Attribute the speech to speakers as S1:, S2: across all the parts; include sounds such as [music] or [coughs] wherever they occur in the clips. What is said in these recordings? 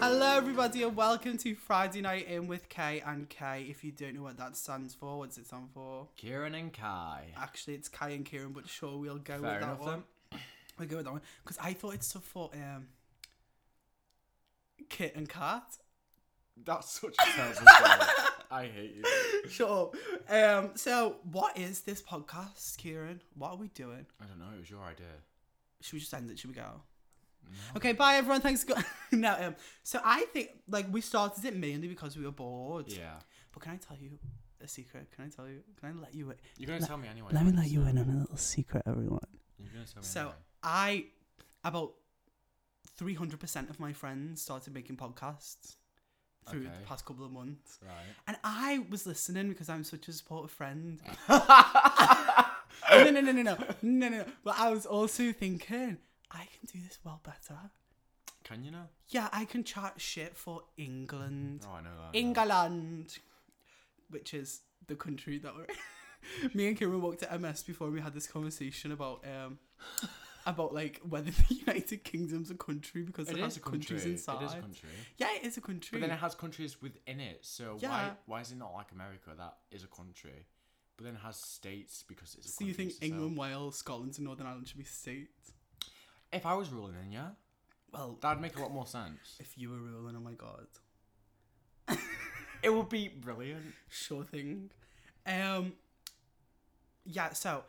S1: everybody, and welcome to Friday Night In with K and K. If you don't know what that stands for, what's it stand for?
S2: Kieran and Kai.
S1: Actually, it's Kai and Kieran, but sure, we'll go
S2: Fair
S1: with that
S2: enough
S1: one.
S2: then.
S1: We'll go with that one because I thought it's stuff for um, Kit and Kat. [laughs]
S2: That's [laughs] such a terrible story. I hate you.
S1: Shut up. Um, so, what is this podcast, Kieran? What are we doing?
S2: I don't know. It was your idea.
S1: Should we just end it? Should we go?
S2: No.
S1: Okay, bye everyone. Thanks. Go- [laughs] no, um, so I think like we started it mainly because we were bored.
S2: Yeah.
S1: But can I tell you a secret? Can I tell you? Can I let you? In?
S2: You're gonna tell me anyway.
S1: Let me
S2: so-
S1: let you in on a little secret, everyone.
S2: You're gonna tell me
S1: So-
S2: anyway.
S1: I about three hundred percent of my friends started making podcasts through
S2: Okay.
S1: the past couple of months,
S2: Right.
S1: and I was listening because I'm such a supportive friend. [laughs] no, no, no, no, no, no, no, no. But I was also thinking I can do this well better.
S2: Can you now?
S1: Yeah, I can chat shit for England.
S2: Oh, I know that.
S1: England, which is the country that we're. [laughs] Me and Kieran walked at MS before we had this conversation about um about like whether the [laughs] United Kingdom's a country because it,
S2: It
S1: has
S2: is a country.
S1: countries
S2: It is a
S1: inside.
S2: country.
S1: Yeah, it is a country.
S2: But then it has countries within it. So why
S1: Yeah.
S2: why is it not like America? That is a country. But then it has states because it's. A
S1: so you
S2: country
S1: think
S2: itself.
S1: England, Wales, Scotland, and Northern Ireland should be states?
S2: If I was ruling in, yeah,
S1: Well,
S2: that'd make a lot
S1: [laughs]
S2: more sense.
S1: if you were ruling, oh my god,
S2: It would be brilliant.
S1: sure thing. Um, yeah. So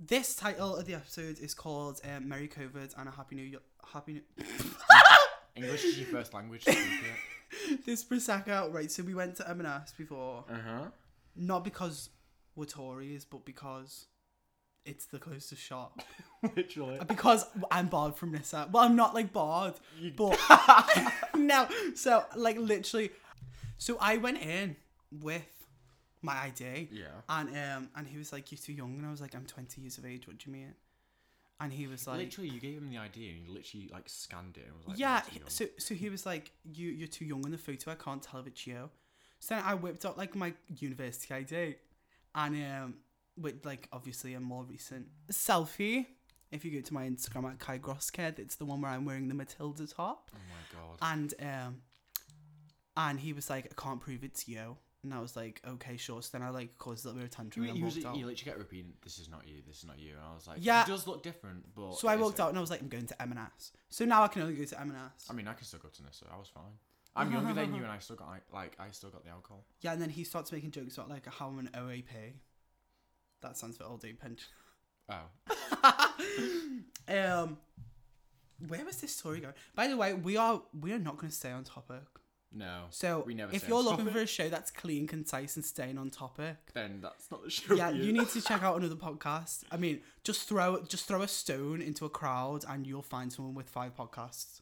S1: this title of the episode is called um, "Merry COVID and a Happy New Year." Happy. New-
S2: English is your first language. Speak it.
S1: [laughs] this prosecco, right? So we went to M&S before,
S2: Uh huh.
S1: not because we're Tories, but because it's the closest shop. [laughs]
S2: Literally.
S1: because I'm barred from Nissa. Well, I'm not like barred, but [laughs] no. So like literally, so I went in with my ID,
S2: Yeah.
S1: and um, and he was like, "You're too young," and I was like, "I'm 20 years of age. What do you mean?" And he was like,
S2: Literally, you gave him the idea and he literally like scanned it and was like,
S1: Yeah,
S2: "That's
S1: he-
S2: young."
S1: so so he was like, "You you're too young in the photo. I can't tell if it's you." So then I whipped out like my university ID, and um, with like obviously a more recent selfie. If you go to my Instagram at Kai Grosked, it's the one where I'm wearing the Matilda top,
S2: Oh my god.
S1: and um, and he was like, "I can't prove it's you," and I was like, "Okay, sure." So then I like caused a little bit of a
S2: You,
S1: tantrum
S2: you,
S1: and walked
S2: usually-
S1: out.
S2: you literally get repeated, this is not you, this is not you. And I was like,
S1: Yeah.
S2: yeah. It does look different, but.
S1: So I
S2: it is
S1: walked
S2: you."
S1: out and I was like, "I'm going to M&S." So now I can only go to M&S.
S2: I mean, I can still go to Nissa. I was fine. I'm younger than you and I still got like- like I still got the alcohol.
S1: Yeah, and then he starts making jokes about like how I'm an OAP. That stands for old age pension.
S2: Oh.
S1: Um, where was this story going? By the way, we are we are not going to stay on topic.
S2: No.
S1: So
S2: We never
S1: if
S2: stay
S1: you're
S2: on
S1: looking
S2: topic.
S1: for a show that's clean, concise, and staying on topic,
S2: [laughs] Then that's not the
S1: [laughs]
S2: show.
S1: yeah, you need to check out another podcast. I mean, just throw just throw a stone into a crowd and you'll find someone with five podcasts.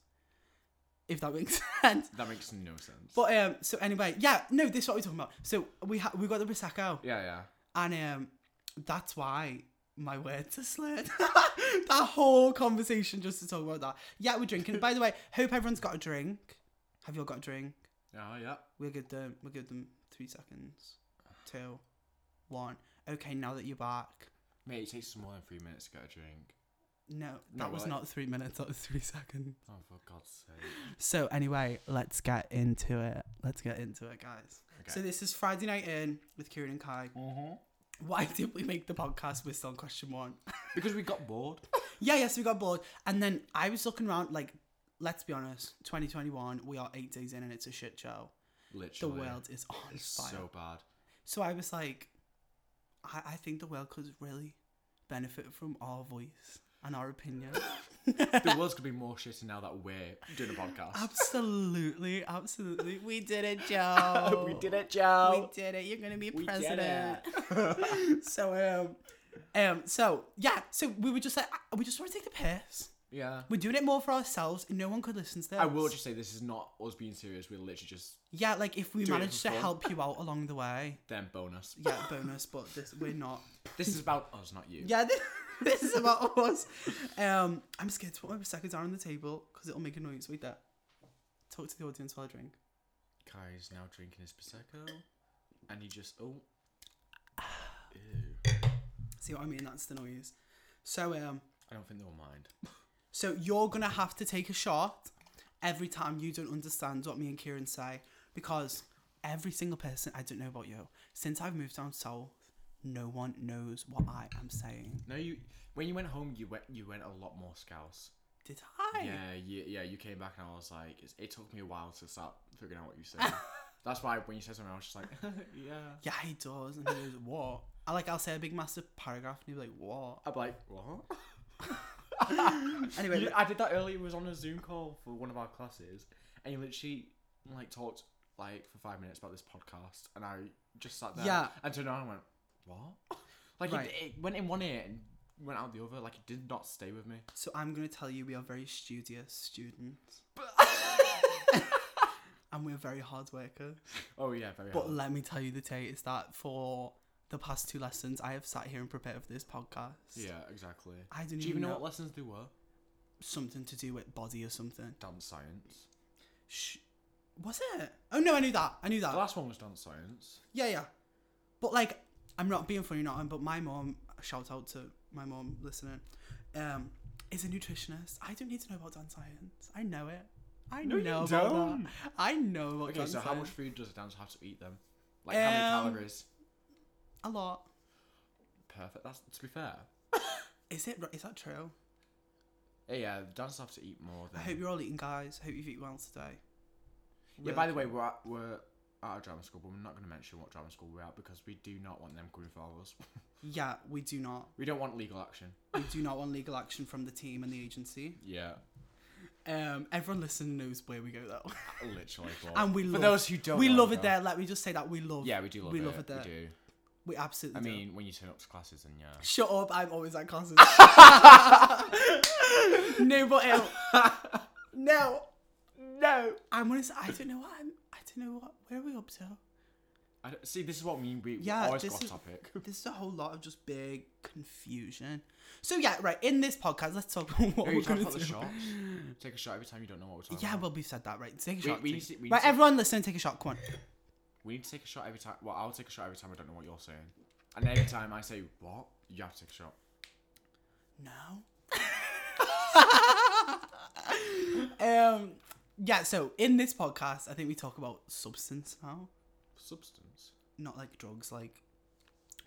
S1: If that makes [laughs] sense.
S2: That makes no sense.
S1: But um, so anyway, yeah, no, this is what we're talking about. So we ha- we got the prosecco.
S2: yeah, yeah.
S1: And um, that's why my words are slurred. [laughs] that whole conversation just to talk about that. Yeah, we're drinking. By the way, hope everyone's got a drink. Have you all got a drink?
S2: Yeah, yeah.
S1: We'll give them. We'll give them three seconds. Two, one. Okay, now that you're back.
S2: Mate, it takes more than three minutes to get a drink.
S1: No, that
S2: No,
S1: was
S2: like-
S1: not three minutes. That was three seconds.
S2: Oh, for God's
S1: [laughs]
S2: sake.
S1: So anyway, let's get into it. Let's get into it, guys.
S2: Okay.
S1: So this is Friday night in with Kieran and Kai.
S2: Mhm.
S1: Why did we make the podcast? We're still on question one. [laughs]
S2: Because we got bored.
S1: Yeah, yes, we got bored. And then I was looking around, like, let's be honest, 2021, we are eight days in and it's a shit show. The
S2: Literally.
S1: world is on fire.
S2: Oh, It's
S1: So,
S2: so bad.
S1: I was like, I, I think the world could really benefit from our voice and our
S2: [laughs]
S1: opinion.
S2: the world's gonna be more shitty now that we're doing a podcast.
S1: absolutely, absolutely. We did it,
S2: [laughs]
S1: Joe.
S2: it,
S1: Oh, We did it. You're going to be president.
S2: [laughs]
S1: so, um, um, so yeah, so we were just like, "Ah, we just want to take the piss.
S2: yeah.
S1: We're doing it more for ourselves, and no one could listen to this.
S2: I will just say this is not us being serious. We're literally just
S1: Yeah, like if we
S2: Do it
S1: manage
S2: for
S1: to
S2: fun.
S1: help you out along the way.
S2: then bonus. [laughs]
S1: Yeah, bonus, but this we're not.
S2: This is about us, not you.
S1: Yeah, this, [laughs] this is about us. Um, I'm scared to put my prosecco down on the table because it'll make a noise. Wait there. Talk to the audience while I drink.
S2: Kai's now drinking his prosecco, and he just oh. Ew.
S1: See what I mean? That's the noise. So um,
S2: I don't think they'll mind.
S1: so you're gonna have to take a shot, every time you don't understand what me and Kieran say because every single person I don't know about you since I've moved down south, no one knows what I am saying.
S2: No, you. When you went home, you went you went a lot more scouse.
S1: Did I?
S2: Yeah, yeah, yeah. You came back and I was like, it's, it took me a while to start figuring out what you
S1: [laughs]
S2: said. That's why when you said something, I was just like, [laughs] yeah.
S1: Yeah, he does. And he goes, what? I like I'll say a big massive paragraph and he'll be like, what?
S2: I'm like, what?
S1: [laughs] Anyway,
S2: You-
S1: but-
S2: I did that earlier. It was on a Zoom call for one of our classes, and you literally like talked like for five minutes about this podcast, and I just sat there.
S1: Yeah.
S2: And turned around and went,
S1: [laughs]
S2: what? Like
S1: Right.
S2: it, it went in one ear and went out the other. Like it did not stay with me.
S1: So I'm gonna tell you we are very studious
S2: [laughs]
S1: students. and we're very hard workers.
S2: Oh yeah, very.
S1: But
S2: hard.
S1: let me tell you the tea is that for the past two lessons I have sat here and prepared for this podcast.
S2: yeah, exactly.
S1: I don't
S2: Do you
S1: even
S2: even know
S1: know,
S2: what lessons they were?
S1: something to do with body or something.
S2: Dance science.
S1: Shh. Was it? Oh no, I knew that. I knew
S2: The
S1: that.
S2: last one was dance science.
S1: Yeah, yeah. But like, I'm not being funny, not. But my mom, shout out to my mom listening, um, is a nutritionist. I don't need to know about dance science. I know it. I
S2: No, you
S1: know about
S2: don't.
S1: that. I know about
S2: Okay,
S1: dance
S2: so how
S1: science.
S2: much food does a dancer have to eat then? Like how many
S1: Um,
S2: calories?
S1: A lot.
S2: Perfect. That's to be fair.
S1: Is it? Is that true?
S2: Yeah, yeah dancers have to eat more than.
S1: I hope you're all eating, guys. hope you've eaten well today.
S2: Yeah, by the way, we're at, we're at a drama school, but we're not going to mention what drama school we're at because we do not want them coming for us. [laughs]
S1: Yeah, we do not.
S2: We don't want legal action.
S1: We do not want legal action from the team and the agency.
S2: Yeah,
S1: Um, everyone listening knows where we go
S2: [laughs]
S1: though,
S2: literally. But
S1: and we
S2: for
S1: love.
S2: those who don't,
S1: we
S2: know,
S1: love
S2: though-
S1: it there. Let me just say that we love.
S2: Yeah, we do love
S1: we
S2: it.
S1: love it there.
S2: We do.
S1: We absolutely.
S2: I
S1: do.
S2: mean, when you turn up to classes and yeah.
S1: Shut up, I'm always at [laughs] classes. no, but ew. [laughs] No. No. I'm honest, I don't know what I'm, I don't know what, where are we up to?
S2: I don't- see, this is what I mean. We
S1: Yeah,
S2: yeah, always
S1: this
S2: go off
S1: is- [laughs]
S2: topic.
S1: This is a whole lot of just big confusion. So yeah, right, in this podcast, let's talk about what
S2: Are
S1: we're
S2: you talking
S1: going
S2: about
S1: to
S2: the
S1: do.
S2: shots? Take a shot every time you don't know what we're talking
S1: Yeah,
S2: about.
S1: well, we've said that, right? Take a
S2: We-
S1: shot.
S2: we
S1: take-
S2: need to- we need
S1: right, um,
S2: to-
S1: everyone listen, take a shot, come on.
S2: We need to take a shot every time. Well, I'll take a shot every time I don't know what you're saying. And every time I say what, you have to take a shot.
S1: No. [laughs] um, yeah, so in this podcast, I think we talk about substance now.
S2: Substance.
S1: not like drugs, like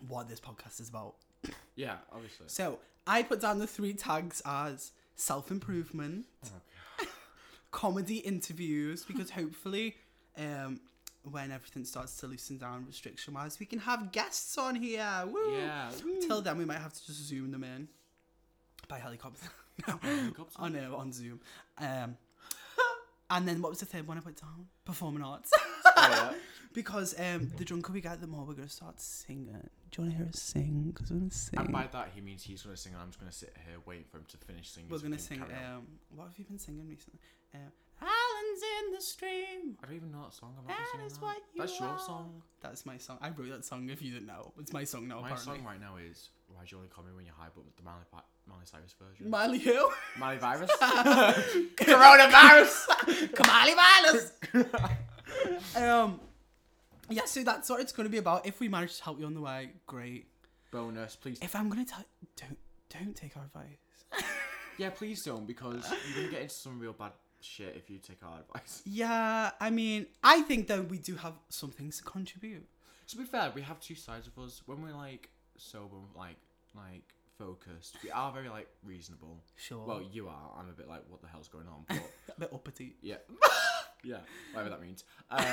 S1: what this podcast is about.
S2: Yeah, obviously.
S1: [laughs] So I put down the three tags as self improvement, [laughs] comedy interviews, because hopefully, um, when everything starts to loosen down restriction wise, we can have guests on here. Woo!
S2: Yeah.
S1: Till then, we might have to just zoom them in by helicopter. [laughs] no, [laughs]
S2: [laughs] Helicopter?
S1: on uh, on Zoom. Um, and then what was the third one I put down? Performing arts.
S2: Yeah.
S1: Because um, the drunker we get, the more we're gonna start singing. Do you want to hear us sing? Because we're gonna sing.
S2: And by that he means he's gonna sing, and I'm just gonna sit here waiting for him to finish singing.
S1: we're
S2: so we
S1: gonna
S2: can
S1: sing.
S2: carry on.
S1: Um, what have you been singing recently? Um, Islands in the stream.
S2: I don't even know that song. I'm not
S1: That
S2: singing
S1: is
S2: that.
S1: what you
S2: That's your
S1: are.
S2: song.
S1: That's my song. I wrote that song. If you didn't know, it's my song now.
S2: My
S1: apparently.
S2: song right now is "Why Do You Only Call Me When You're High," but with the Miley, Pi- Miley Cyrus version.
S1: Miley who?
S2: [laughs]
S1: [laughs]
S2: Miley Virus. [laughs] Coronavirus.
S1: Kamali Miley.
S2: [laughs]
S1: um, yeah. So that's what it's gonna be about. If we manage to help you on the way, great.
S2: Bonus, please.
S1: If I'm gonna tell, don't don't take our advice.
S2: Yeah, please don't, because you're gonna get into some real bad shit if you take our advice. [laughs]
S1: Yeah, I mean, I think though we do have some things to contribute.
S2: To be fair, we have two sides of us. When we're like sober, like like focused, we are very like reasonable.
S1: Sure.
S2: Well, you are. I'm a bit like, what the hell's going on?
S1: [laughs]
S2: But
S1: a bit uppity.
S2: Yeah. yeah. Whatever
S1: [laughs]
S2: that means. Um,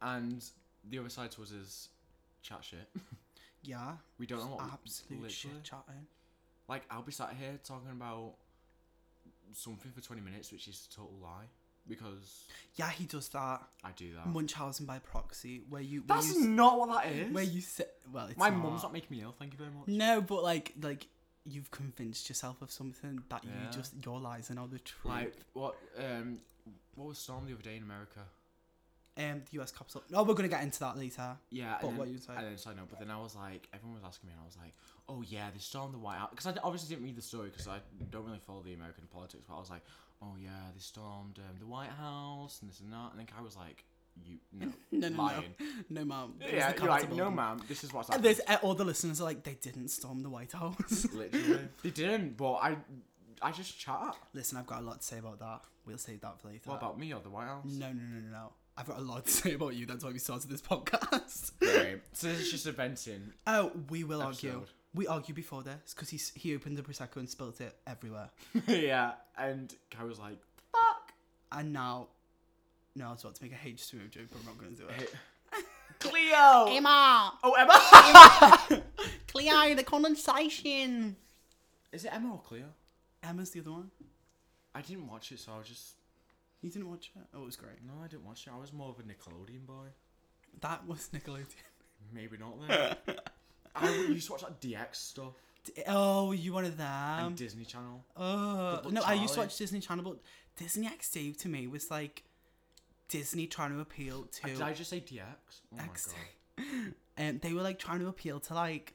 S2: and the other side to us is chat shit.
S1: Yeah.
S2: We don't know what.
S1: Absolute
S2: literally.
S1: shit chatting.
S2: Like, I'll be sat here talking about something for 20 minutes, which is a total lie. Because
S1: Yeah, he does that.
S2: I do that.
S1: Munchausen by proxy, where you where
S2: Oh. That's
S1: you,
S2: not what that is.
S1: where you sit. Well, it's
S2: My
S1: not.
S2: mum's not making me ill, thank you very much.
S1: No, but like like you've convinced yourself of something that
S2: Yeah.
S1: you just your lies are now the truth.
S2: Like, what um, what was Storm the other day in America?
S1: um, the U.S. cops. Up. No, we're gonna get into that later.
S2: Yeah,
S1: But
S2: and
S1: what
S2: then,
S1: you say?
S2: and then side note, but then I was like, everyone was asking me, and I was like, oh yeah, they stormed the White House because I d- obviously didn't read the story because I don't really follow the American politics, but I was like, oh yeah, they stormed um, the White House and this and that, and then I was like, you no,
S1: [laughs] No, no,
S2: lying,
S1: no, ma'am. It was
S2: yeah,
S1: the
S2: you're
S1: Capitol
S2: like, no,
S1: building.
S2: ma'am, this is what's
S1: And
S2: happening.
S1: There's, uh, all the listeners are like, they didn't storm the White House.
S2: Literally, they didn't, but I I just chat.
S1: [laughs] Listen, I've got a lot to say about that. We'll save that for later.
S2: What about me or the White [laughs] House?
S1: No, no, no, no, no. I've got a lot to [laughs] say about you. That's why we started this podcast. [laughs]
S2: Right. so it's just a venting. [laughs]
S1: oh, we will argue.
S2: Episode.
S1: We argue before this because he s- he opened the prosecco and spilt it everywhere.
S2: yeah, and Kai was like, "Fuck."
S1: And now, no, I was about to make a H2O joke, but I'm not going to do [laughs] it.
S2: Cleo.
S1: Emma,
S2: Oh, Emma. [laughs]
S1: Cleo, the condensation.
S2: Is it Emma or Cleo?
S1: Emma's the other one.
S2: I didn't watch it, so I was just
S1: You didn't watch it? Oh, it was great.
S2: no, I didn't watch it. I was more of a Nickelodeon boy.
S1: That was Nickelodeon. [laughs]
S2: Maybe not then. I used to watch like DX stuff
S1: D- Oh, you one of
S2: and
S1: them.
S2: Disney Channel.
S1: Oh
S2: Good Luck
S1: no, I used to
S2: Charlie.
S1: watch Disney Channel, but Disney XD to me was like Disney trying to appeal to
S2: Did I just say DX? Oh my
S1: XD.
S2: god.
S1: and they were like trying to appeal to like,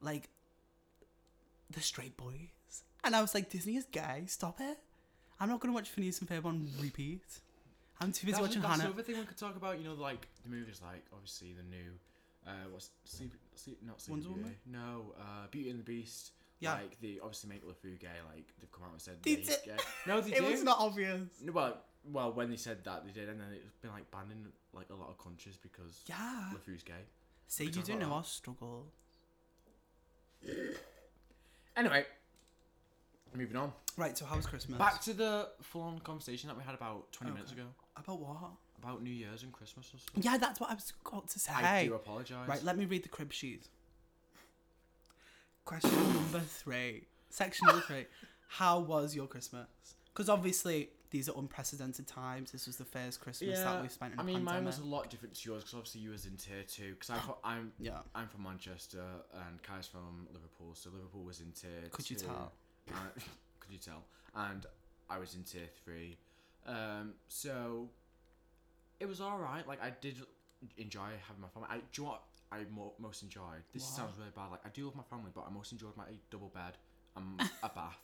S1: like the straight boys, and I was like, Disney is gay. Stop it. I'm not gonna watch Phineas and Ferb on repeat. I'm too busy
S2: That's,
S1: watching
S2: that's
S1: Hannah.
S2: another thing we could talk about. You know, like the movies, like obviously the new, uh, what's sleep, sleep not sleep
S1: Wonder
S2: Beauty.
S1: Woman?
S2: No, uh, Beauty and the Beast.
S1: Yeah.
S2: Like they obviously make LeFou gay. Like they've come out and said
S1: They
S2: that he's
S1: did-
S2: gay. No, they
S1: [laughs] It
S2: do.
S1: was not obvious.
S2: No, well, well, when they said that, they did, and then it's been like banned in like a lot of countries because
S1: Yeah.
S2: LeFou's gay.
S1: See,
S2: we
S1: you
S2: talk
S1: do
S2: about
S1: know
S2: that?
S1: our struggle.
S2: Anyway, moving on.
S1: Right. So how was Christmas?
S2: Back to the full-on conversation that we had about 20 minutes
S1: Okay.
S2: ago
S1: About what?
S2: about New Year's and Christmas and stuff.
S1: Yeah, that's what I was got to say.
S2: I do apologise.
S1: Right, let me read the crib sheet. Question number three, section number three. How was your Christmas? Because obviously these are unprecedented times. This was the first Christmas that we've spent in a
S2: I mean, mine
S1: pandemic.
S2: was a lot different to yours because obviously you was in tier two. Because
S1: [sighs]
S2: I'm, I'm
S1: Yeah,
S2: I'm from Manchester and Kai's from Liverpool, so Liverpool was in tier.
S1: Could you
S2: two,
S1: tell?
S2: and- [laughs] could you tell? And I was in tier three, um, so it was all right. Like I did enjoy having my family. I do you know what I mo- most enjoyed. This
S1: What?
S2: sounds really bad. Like I do love my family, but I most enjoyed my double bed and
S1: [laughs]
S2: a bath.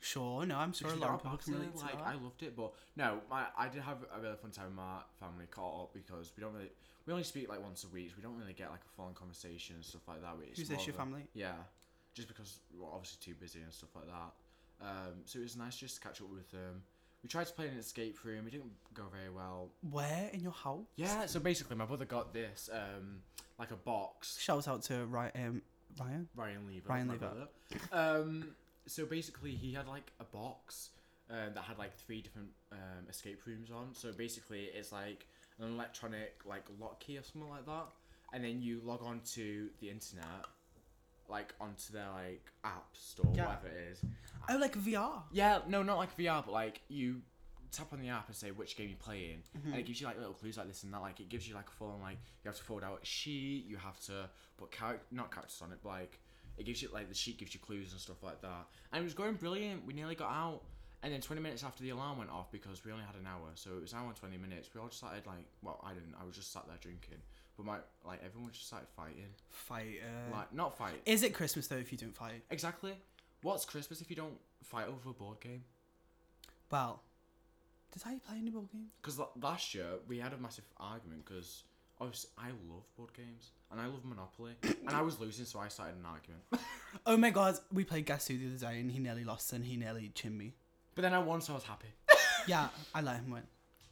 S1: sure. No, I'm sure a
S2: Because
S1: lot
S2: they're
S1: of people
S2: all
S1: can
S2: boxer,
S1: relate to
S2: like,
S1: that.
S2: I loved it, but no, my, I did have a really fun time with my family caught up because we don't really we only speak like once a week. so we don't really get like a full on conversation and stuff like that. It's
S1: Who's
S2: more
S1: this?
S2: of
S1: Your
S2: a-
S1: family?
S2: Yeah, just because we're obviously too busy and stuff like that. Um, so it was nice just to catch up with them. We tried to play an escape room. It didn't go very well.
S1: Where in your house?
S2: Yeah. So basically, my brother got this um, like a box
S1: Shout out to Ryan. Um, Ryan.
S2: Ryan Lever.
S1: Ryan
S2: my
S1: Lever.
S2: brother. Um, so basically, he had like a box uh, that had like three different um, escape rooms on. So basically, it's like an electronic like lock key or something like that, and then you log on to the internet, like onto their like app store,
S1: Yeah.
S2: whatever it is.
S1: Oh, like VR.
S2: Yeah, no, not like VR, but like you tap on the app and say which game you're playing, and it gives you like little clues like this and that. Like it gives you like a full on like you have to fold out a sheet, you have to put character not characters on it, but like it gives you like the sheet gives you clues and stuff like that. And it was going brilliant. We nearly got out, and then 20 minutes after the alarm went off because we only had an hour, so it was an hour and 20 minutes. We all just started like well, I didn't. I was just sat there drinking, but my like everyone just started fighting,
S1: Fight.
S2: like not fight
S1: Is it Christmas though? If you don't fight,
S2: exactly. What's Christmas if you don't fight over a board game?
S1: well, did I play any board games?
S2: Because last year we had a massive argument because obviously I love board games and I love Monopoly [coughs] and I was losing, so I started an argument. [laughs]
S1: Oh my god, we played Guess Who the other day and he nearly lost and he nearly chinned me.
S2: But then I won, so I
S1: [laughs]
S2: was happy.
S1: Yeah, I let him win.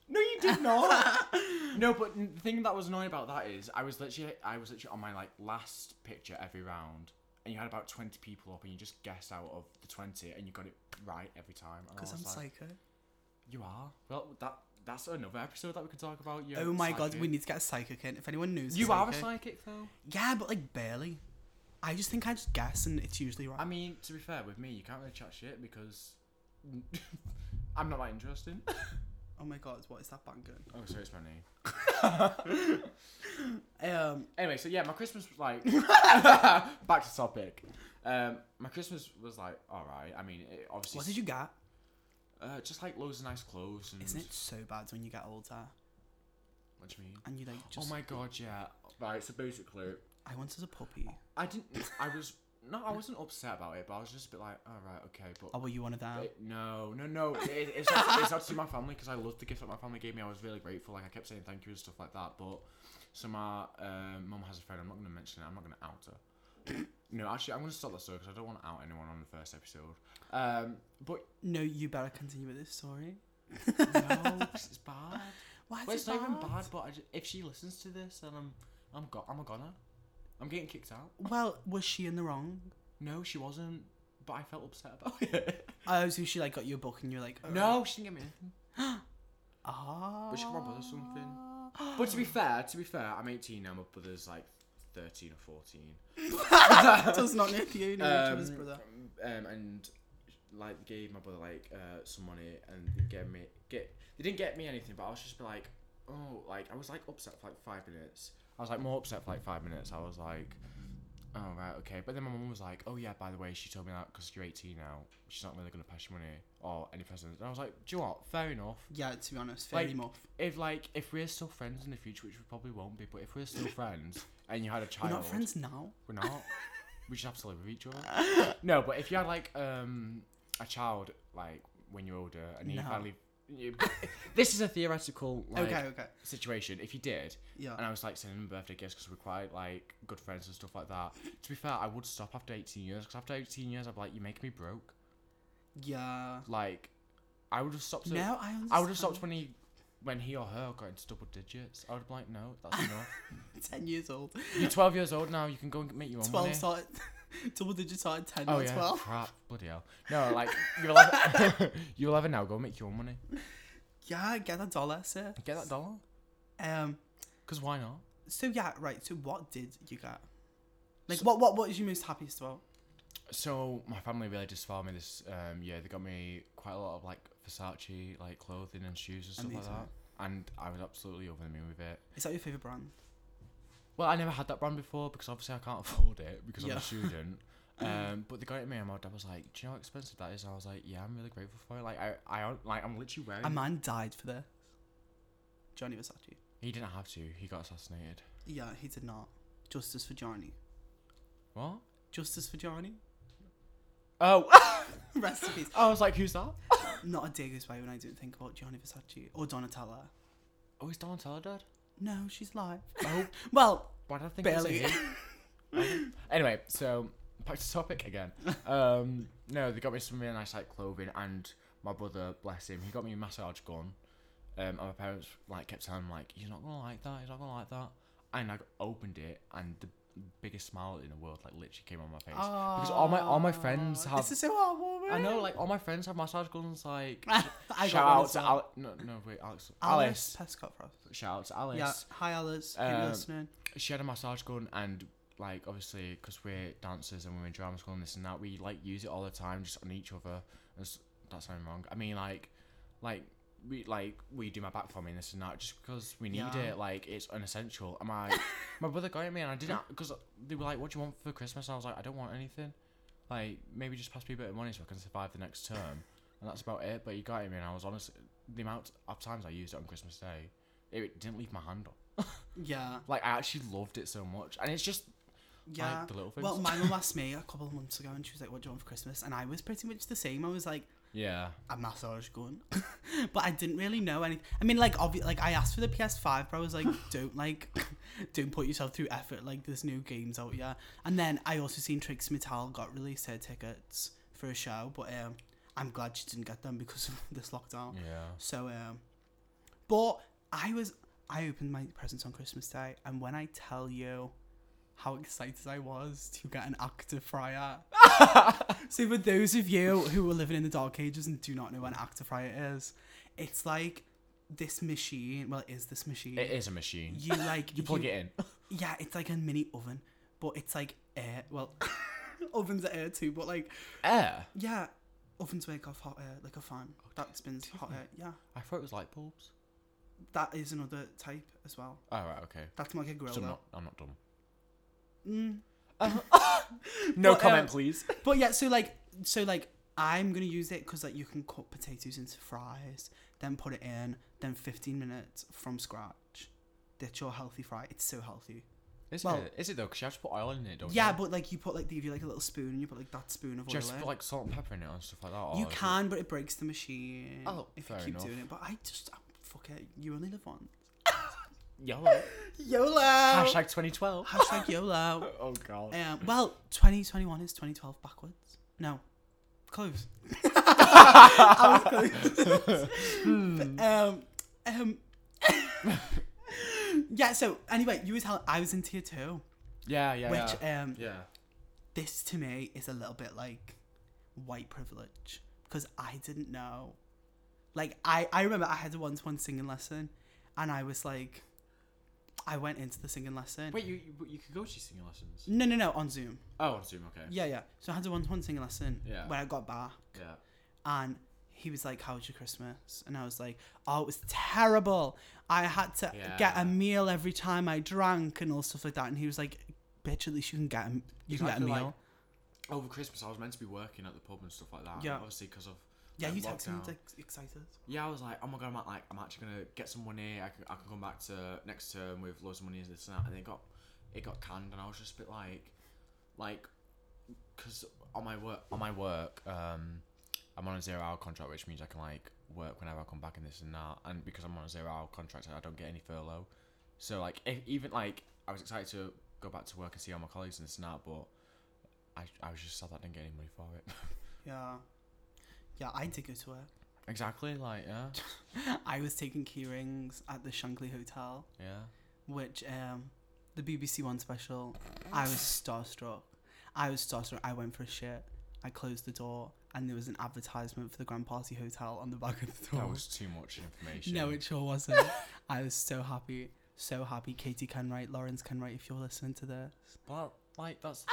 S2: No, you did not. [laughs] no, but n- the thing that was annoying about that is I was literally I was literally on my like last picture every round, and you had about twenty people up, and you just guessed out of the twenty, and you got it right every time. And I
S1: Because
S2: was
S1: I'm
S2: like,
S1: psycho.
S2: you are. Well, that that's another episode that we could talk about. You're
S1: oh my god,
S2: psychic.
S1: we need to get a psycho kid. If anyone knows,
S2: you are a
S1: psycho-
S2: psychic though.
S1: Yeah, but like barely. I just think I just guess and it's usually right.
S2: I mean, to be fair with me, you can't really chat shit because [laughs] I'm not that interesting.
S1: oh my god, what is that banging?
S2: Oh, so it's my name.
S1: Um,
S2: Anyway, so yeah, my Christmas was [laughs] like back to topic. Um, my Christmas was like all right. I mean, it obviously,
S1: what did you get?
S2: uh, just like loads of nice clothes. And,
S1: Isn't it so bad when you get older
S2: What do you mean?
S1: and you like just?
S2: Oh my god, yeah. Right, so basically,
S1: I wanted a puppy.
S2: I didn't. I was no, I wasn't upset about it, but I was just a bit like, all right, okay, but
S1: Oh, were you one of them?
S2: It- no, no, no. It, it's, not, it's not to my family because I loved the gift that my family gave me. I was really grateful. Like I kept saying thank you and stuff like that. But so my um, mum has a friend. I'm not going to mention it. I'm not going to out her. [coughs] No, actually, I'm going to stop that story because I don't want to out anyone on the first episode. Um, but
S1: No, you better continue with this story.
S2: no, 'cause it's bad.
S1: [laughs] Why is
S2: Well,
S1: it
S2: it's not even
S1: bad?
S2: bad, but I ju- if she listens to this, then I'm, I'm go- I'm a goner. I'm getting kicked out.
S1: Well, was she in the wrong?
S2: No, she wasn't, but I felt upset about it.
S1: Oh, so she like got your book and you're like, "Ugh."
S2: no, she didn't get me anything.
S1: Ah.
S2: she got my brother something.
S1: [gasps]
S2: But to be fair, to be fair, I'm 18 now. My brother's like 13 or 14.
S1: does [laughs] not know the owner of each other's
S2: Um,
S1: brother.
S2: um, and like gave my brother like uh, some money and they gave me get they didn't get me anything but I was just be like oh like I was like upset for like five minutes I was like more upset for like five minutes I was like oh right okay but then my mum was like oh yeah by the way she told me that because you're 18 now she's not really gonna pass you money or any presents and I was like do you know what fair enough
S1: Yeah, to be honest, fair
S2: like-
S1: enough.
S2: if like if we're still friends in the future which we probably won't be but if we're still friends and you had a
S1: We're
S2: child
S1: not friends now.
S2: we're not. we just have to live with each other.
S1: [laughs]
S2: No, but if you had like um a child like when you're older and you
S1: No.
S2: finally you, this is a theoretical like
S1: okay, okay.
S2: situation. If you did,
S1: Yeah.
S2: and I was like sending them birthday gifts because we're quite like good friends and stuff like that. To be fair, I would stop after 18 years because after 18 years, I'd be like, you make me broke.
S1: Yeah.
S2: Like, I would have stopped. at-
S1: now I understand.
S2: I would have stopped when he, when he or her got into double digits. I would be like, no, that's enough.
S1: [laughs] 10 years old.
S2: You're 12 years old now. You can go and make your own
S1: 12
S2: money.
S1: started, [laughs] double digit started 10,
S2: Oh
S1: not
S2: yeah,
S1: 12.
S2: crap, bloody hell. No, like you'll [laughs] have you'll have it now. Go make your own money.
S1: Yeah, get that dollar, sir.
S2: Get that dollar,
S1: Um,
S2: cause why not?
S1: so yeah, right. So what did you get? Like, what, what, what is your most happiest about?
S2: So my family really just found me this um, year. They got me quite a lot of like Versace like clothing and shoes and stuff
S1: Amazing.
S2: like that, and I was absolutely over the moon with it.
S1: Is that your favorite brand?
S2: Well, I never had that brand before because obviously I can't [laughs] afford it because I'm
S1: Yeah.
S2: a student. Um, but they got it me, and my dad was like, "Do you know how expensive that is?" And I was like, "Yeah, I'm really grateful for it. Like, I, I, like, I'm literally wearing."
S1: A man died for this. Johnny Versace.
S2: he didn't have to. He got assassinated.
S1: Yeah, he did not. Justice for Johnny.
S2: What?
S1: Justice for Johnny. [laughs]
S2: Oh,
S1: Rest in peace.
S2: I was like, "Who's that?"
S1: Not a day goes by when I don't think about Gianni Versace or Donatella.
S2: Oh, is Donatella dead?
S1: No, she's alive.
S2: Oh,
S1: [laughs] Well,
S2: why did I think
S1: barely.
S2: it was a him? anyway, so back to topic again. Um, no, they got me some really nice like clothing, and my brother, bless him, he got me a massage gun. Um, and my parents like kept telling him like, "He's not gonna like that. He's not gonna like that." And I opened it, and the biggest smile in the world like literally came on my face because all my all my friends
S1: Aw,
S2: have.
S1: ah. This is so heartwarming.
S2: I know, like all my friends have massage guns. Like,
S1: [laughs] I
S2: shout
S1: got one
S2: out
S1: as
S2: to
S1: well.
S2: Al- no, no, wait, Alex,
S1: Alice
S2: Alice.
S1: Pescott Frost.
S2: Shout out to Alice
S1: Yeah. Hi, Alice. If you're
S2: Um,
S1: listening.
S2: she had a massage gun and like obviously because we're dancers and we're in drama school and this and that we like use it all the time just on each other that's that's something wrong i mean like like we like we do my back for me and this and that just because we need
S1: Yeah.
S2: it like it's an essential and my my brother got it me and i didn't because they were like what do you want for christmas and i was like i don't want anything like maybe just pass me a bit of money so i can survive the next term and that's about it but he got it me and i was honest the amount of times i used it on christmas day it didn't leave my hand
S1: Yeah.
S2: like I actually loved it so much, and it's just
S1: Yeah.
S2: like the little things.
S1: Well, my
S2: [laughs]
S1: mum asked me a couple of months ago, and she was like, "What do you want for Christmas?" And I was pretty much the same. I was like,
S2: yeah,
S1: "A massage gun," [laughs] but I didn't really know anything. I mean, like, obvi- like I asked for the PS5, but I was like, "Don't like, [laughs] don't put yourself through effort. Like, there's new games out, yeah." And then I also seen Trix Mittal got released her tickets for a show, but um, I'm glad she didn't get them because of [laughs] this lockdown.
S2: yeah.
S1: So um, but I was I opened my presents on Christmas Day, and when I tell you how excited I was to get an actor
S2: [laughs]
S1: fryer. so for those of you who are living in the dark ages and do not know what an actor fryer is, it's like this machine. Well, it is this machine.
S2: It is a machine.
S1: you like
S2: [laughs] You plug it in.
S1: [laughs] yeah, it's like a mini oven, but it's like air. Well, [laughs] ovens are air too, but like
S2: Air.
S1: yeah, ovens make off hot air like a fan
S2: Oh,
S1: that spins hot air. Yeah,
S2: I thought it was light bulbs.
S1: that is another type as well.
S2: Oh right, okay.
S1: That's like a grill.
S2: So I'm
S1: though.
S2: not. I'm not dumb. Uh-huh.
S1: Mm. [laughs]
S2: No
S1: But,
S2: comment,
S1: um,
S2: please.
S1: But yeah, so like, so like, I'm gonna use it because like you can cut potatoes into fries, then put it in, then 15 minutes from scratch. That's your healthy fry. It's so healthy.
S2: Is
S1: well-
S2: it? Is it though? Because you have to put oil in it, don't
S1: Yeah,
S2: you?
S1: but like you put like they give you like a little spoon and you put like that spoon of
S2: Do you have
S1: oil
S2: to
S1: in.
S2: put like salt and pepper in it and stuff like that. or
S1: you
S2: is it-
S1: can, but it breaks the machine
S2: Oh,
S1: if you
S2: fair
S1: keep
S2: enough.
S1: ah, doing it. But I just oh, fuck it. You only live once. [laughs]
S2: YOLO.
S1: YOLO.
S2: Hashtag 2012.
S1: Hashtag
S2: [laughs]
S1: YOLO.
S2: Oh, God.
S1: Um, well, 2021 is 2012 backwards. No, close. [laughs] I
S2: [laughs]
S1: was close. um, um, [laughs] yeah. So anyway, you was hell- I was in tier two,
S2: Yeah, yeah,
S1: which
S2: yeah.
S1: um,
S2: yeah.
S1: this to me is a little bit like white privilege because I didn't know. Like I, I remember I had a one to one singing lesson, and I was like, I went into the singing lesson.
S2: Wait, you, you you could go to your singing lessons.
S1: No, no, no, on Zoom.
S2: Oh, on Zoom, okay.
S1: Yeah, yeah. So I had a one to one singing lesson
S2: Yeah.
S1: when I got back,
S2: Yeah.
S1: and he was like, "How was your Christmas?" And I was like, "Oh, it was terrible. I had to get
S2: Yeah.
S1: a meal every time I drank and all stuff like that." And he was like, "Bitch, at least you can get a, you can get a
S2: Exactly,
S1: meal."
S2: like, Over Christmas, I was meant to be working at the pub and stuff like that.
S1: Yeah.
S2: Yeah. Obviously, because of
S1: yeah,
S2: like,
S1: you texted me
S2: lockdown.
S1: like excited.
S2: Yeah, I was like, oh my god, I'm at, like, I'm actually gonna get some money. I can, I can come back to next term with loads of money and this and that. And it got, it got canned, and I was just a bit like, like, because on my work, on my work, um, I'm on a zero hour contract, which means I can like work whenever I come back and this and that. And because I'm on a zero hour contract, I don't get any furlough. So like, if, even like, I was excited to go back to work and see all my colleagues and this and that, but I, I was just sad that I didn't get any money for it. [laughs]
S1: Yeah, yeah. I did go to work.
S2: exactly, like, yeah,
S1: I was taking key rings at the Shankly Hotel,
S2: yeah.
S1: which um, the BBC One special. I was starstruck. I was starstruck. I went for a shit. I closed the door, and there was an advertisement for the Grand Party Hotel on the back of the door.
S2: That was too much information.
S1: No, it sure wasn't. I was so happy, so happy. Katie Kenwright, Lawrence Kenwright, if you're listening to this,
S2: But
S1: [laughs]
S2: like that's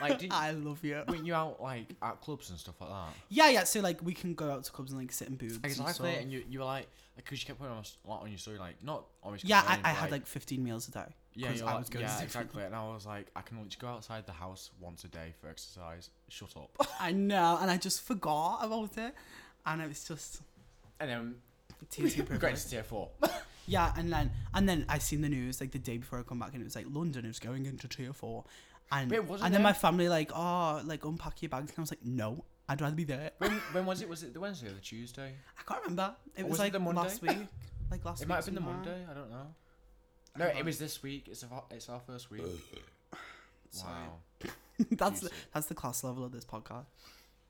S2: like did
S1: I love you.
S2: when you out like at clubs and stuff like that.
S1: Yeah, yeah. So like, we can go out to clubs and like sit in booths. and
S2: Exactly,
S1: stuff.
S2: and you you were like because you kept putting on s- like on your story like not always.
S1: Yeah, I,
S2: complaining,
S1: I
S2: but,
S1: had like 15 meals a [laughs] day.
S2: yeah
S1: 'cause
S2: you're
S1: I
S2: like-
S1: was going to
S2: yeah
S1: different-
S2: exactly, and I was like I can only go outside the house once a day for exercise. Shut up.
S1: [laughs] I know, and I just forgot about it, and it was just
S2: and then
S1: tier two
S2: [laughs] great
S1: privilege.
S2: to tier four.
S1: Yeah, and then and then I seen the news like the day before I come back, and it was like London is going into tier four, and
S2: Wait, wasn't
S1: and then
S2: it-
S1: my family like, oh, like unpack your bags, and I was like, no, I'd rather be there.
S2: when when was it? Was it the Wednesday or the Tuesday?
S1: I can't remember. It
S2: Or
S1: was,
S2: was it
S1: like
S2: the Monday?
S1: last week. Like last
S2: It
S1: week.
S2: might have been the
S1: sometime.
S2: Monday. I don't know.
S1: I
S2: No,
S1: don't know.
S2: it was this week. It's our it's our first week.
S1: Sorry.
S2: wow.
S1: [laughs] that's the,
S2: Juicy.
S1: that's the class level of this podcast.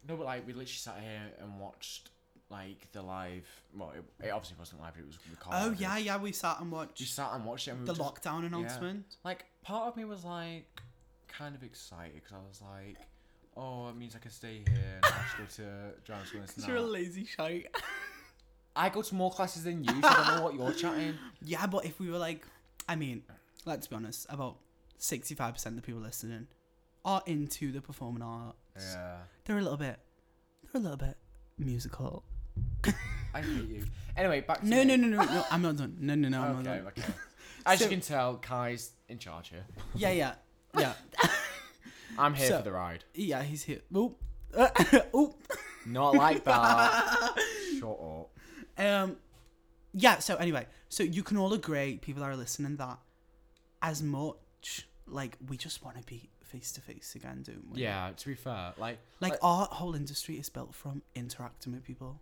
S2: No, but like we literally sat here and watched like the live. Well, it, it obviously wasn't live. It was recorded.
S1: Oh, yeah, yeah. We sat and
S2: Just
S1: watched
S2: sat and watched it. And we
S1: the
S2: were just-
S1: lockdown announcement.
S2: Like part of me was like kind of excited because I was like, oh, it means I can stay here and I have to go to drama school. And this and that.
S1: lazy shite.
S2: I go to more classes than you. so I don't know what you're chatting.
S1: [laughs] [laughs] yeah, but if we were like, I mean, let's be honest. About sixty five percent of the people listening are into the performing arts.
S2: Yeah,
S1: They're a little bit. They're a little bit musical.
S2: I hate you. Anyway, back. To
S1: No,
S2: me.
S1: no, no, no, no. I'm not done. No, no, no. I'm not
S2: [laughs] Okay,
S1: done.
S2: okay.
S1: [laughs]
S2: As
S1: So-
S2: you can tell, Kai's in charge here.
S1: Yeah, yeah, yeah,
S2: I'm here
S1: So-
S2: for the ride.
S1: yeah. He's here. [laughs] Oh, oh.
S2: Not like that.
S1: [laughs]
S2: Shut up.
S1: Um, yeah. So anyway, so you can all agree, people that are listening, that as much like we just want to be face to face again, don't we?
S2: Yeah, to be fair, like
S1: Like our whole industry is built from interacting with people.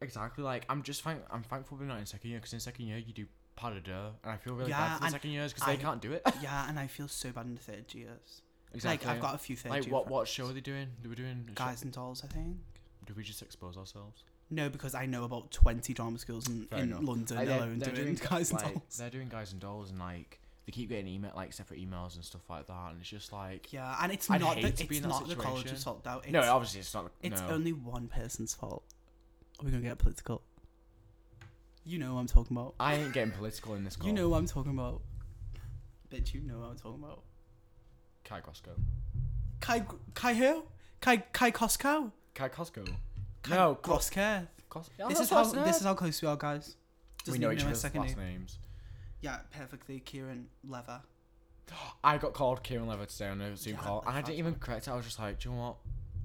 S2: Exactly. Like I'm just thank I'm thankful we're not in second year because in second year you do pas de deux, and I feel really
S1: Yeah,
S2: bad for the
S1: and
S2: second years because
S1: I-
S2: they can't
S1: [laughs]
S2: do it.
S1: yeah, and I feel so bad in the third years.
S2: exactly.
S1: Like I've got a few third
S2: like
S1: year
S2: what what
S1: friends.
S2: show are they doing? They were doing a show-
S1: Guys and dolls, I think.
S2: Did we just expose ourselves?
S1: No, because I know about twenty drama schools in,
S2: Fair
S1: in
S2: enough.
S1: London
S2: Like,
S1: alone doing [laughs] guys and
S2: like,
S1: dolls.
S2: They're doing guys and dolls and like they keep getting email like separate emails and stuff like that, and it's just like
S1: Yeah, and it's
S2: I'd
S1: not the,
S2: hate to be
S1: it's
S2: in that
S1: not the college's
S2: situation.
S1: fault though. It's,
S2: no, obviously it's not.
S1: It's
S2: no.
S1: only one person's fault. Are we gonna get political? You know what I'm talking about.
S2: I ain't getting political in this. Call.
S1: You know what I'm talking about. Bitch, you know what I'm talking about.
S2: Kai Costco.
S1: Kai Kai who? Kai Kai Costco?
S2: Kai Costco.
S1: Kai
S2: no, Cos-
S1: Costco.
S2: Cos-
S1: This is how this is how close we are, guys.
S2: we
S1: Doesn't
S2: know
S1: even
S2: each
S1: my
S2: other's
S1: second
S2: last
S1: name.
S2: names.
S1: Yeah, perfectly. Kieran Lever. [laughs]
S2: I got called Kieran Lever today on a Zoom
S1: Yeah,
S2: call, and I
S1: that's
S2: didn't even correct it. I was just like, do you know what?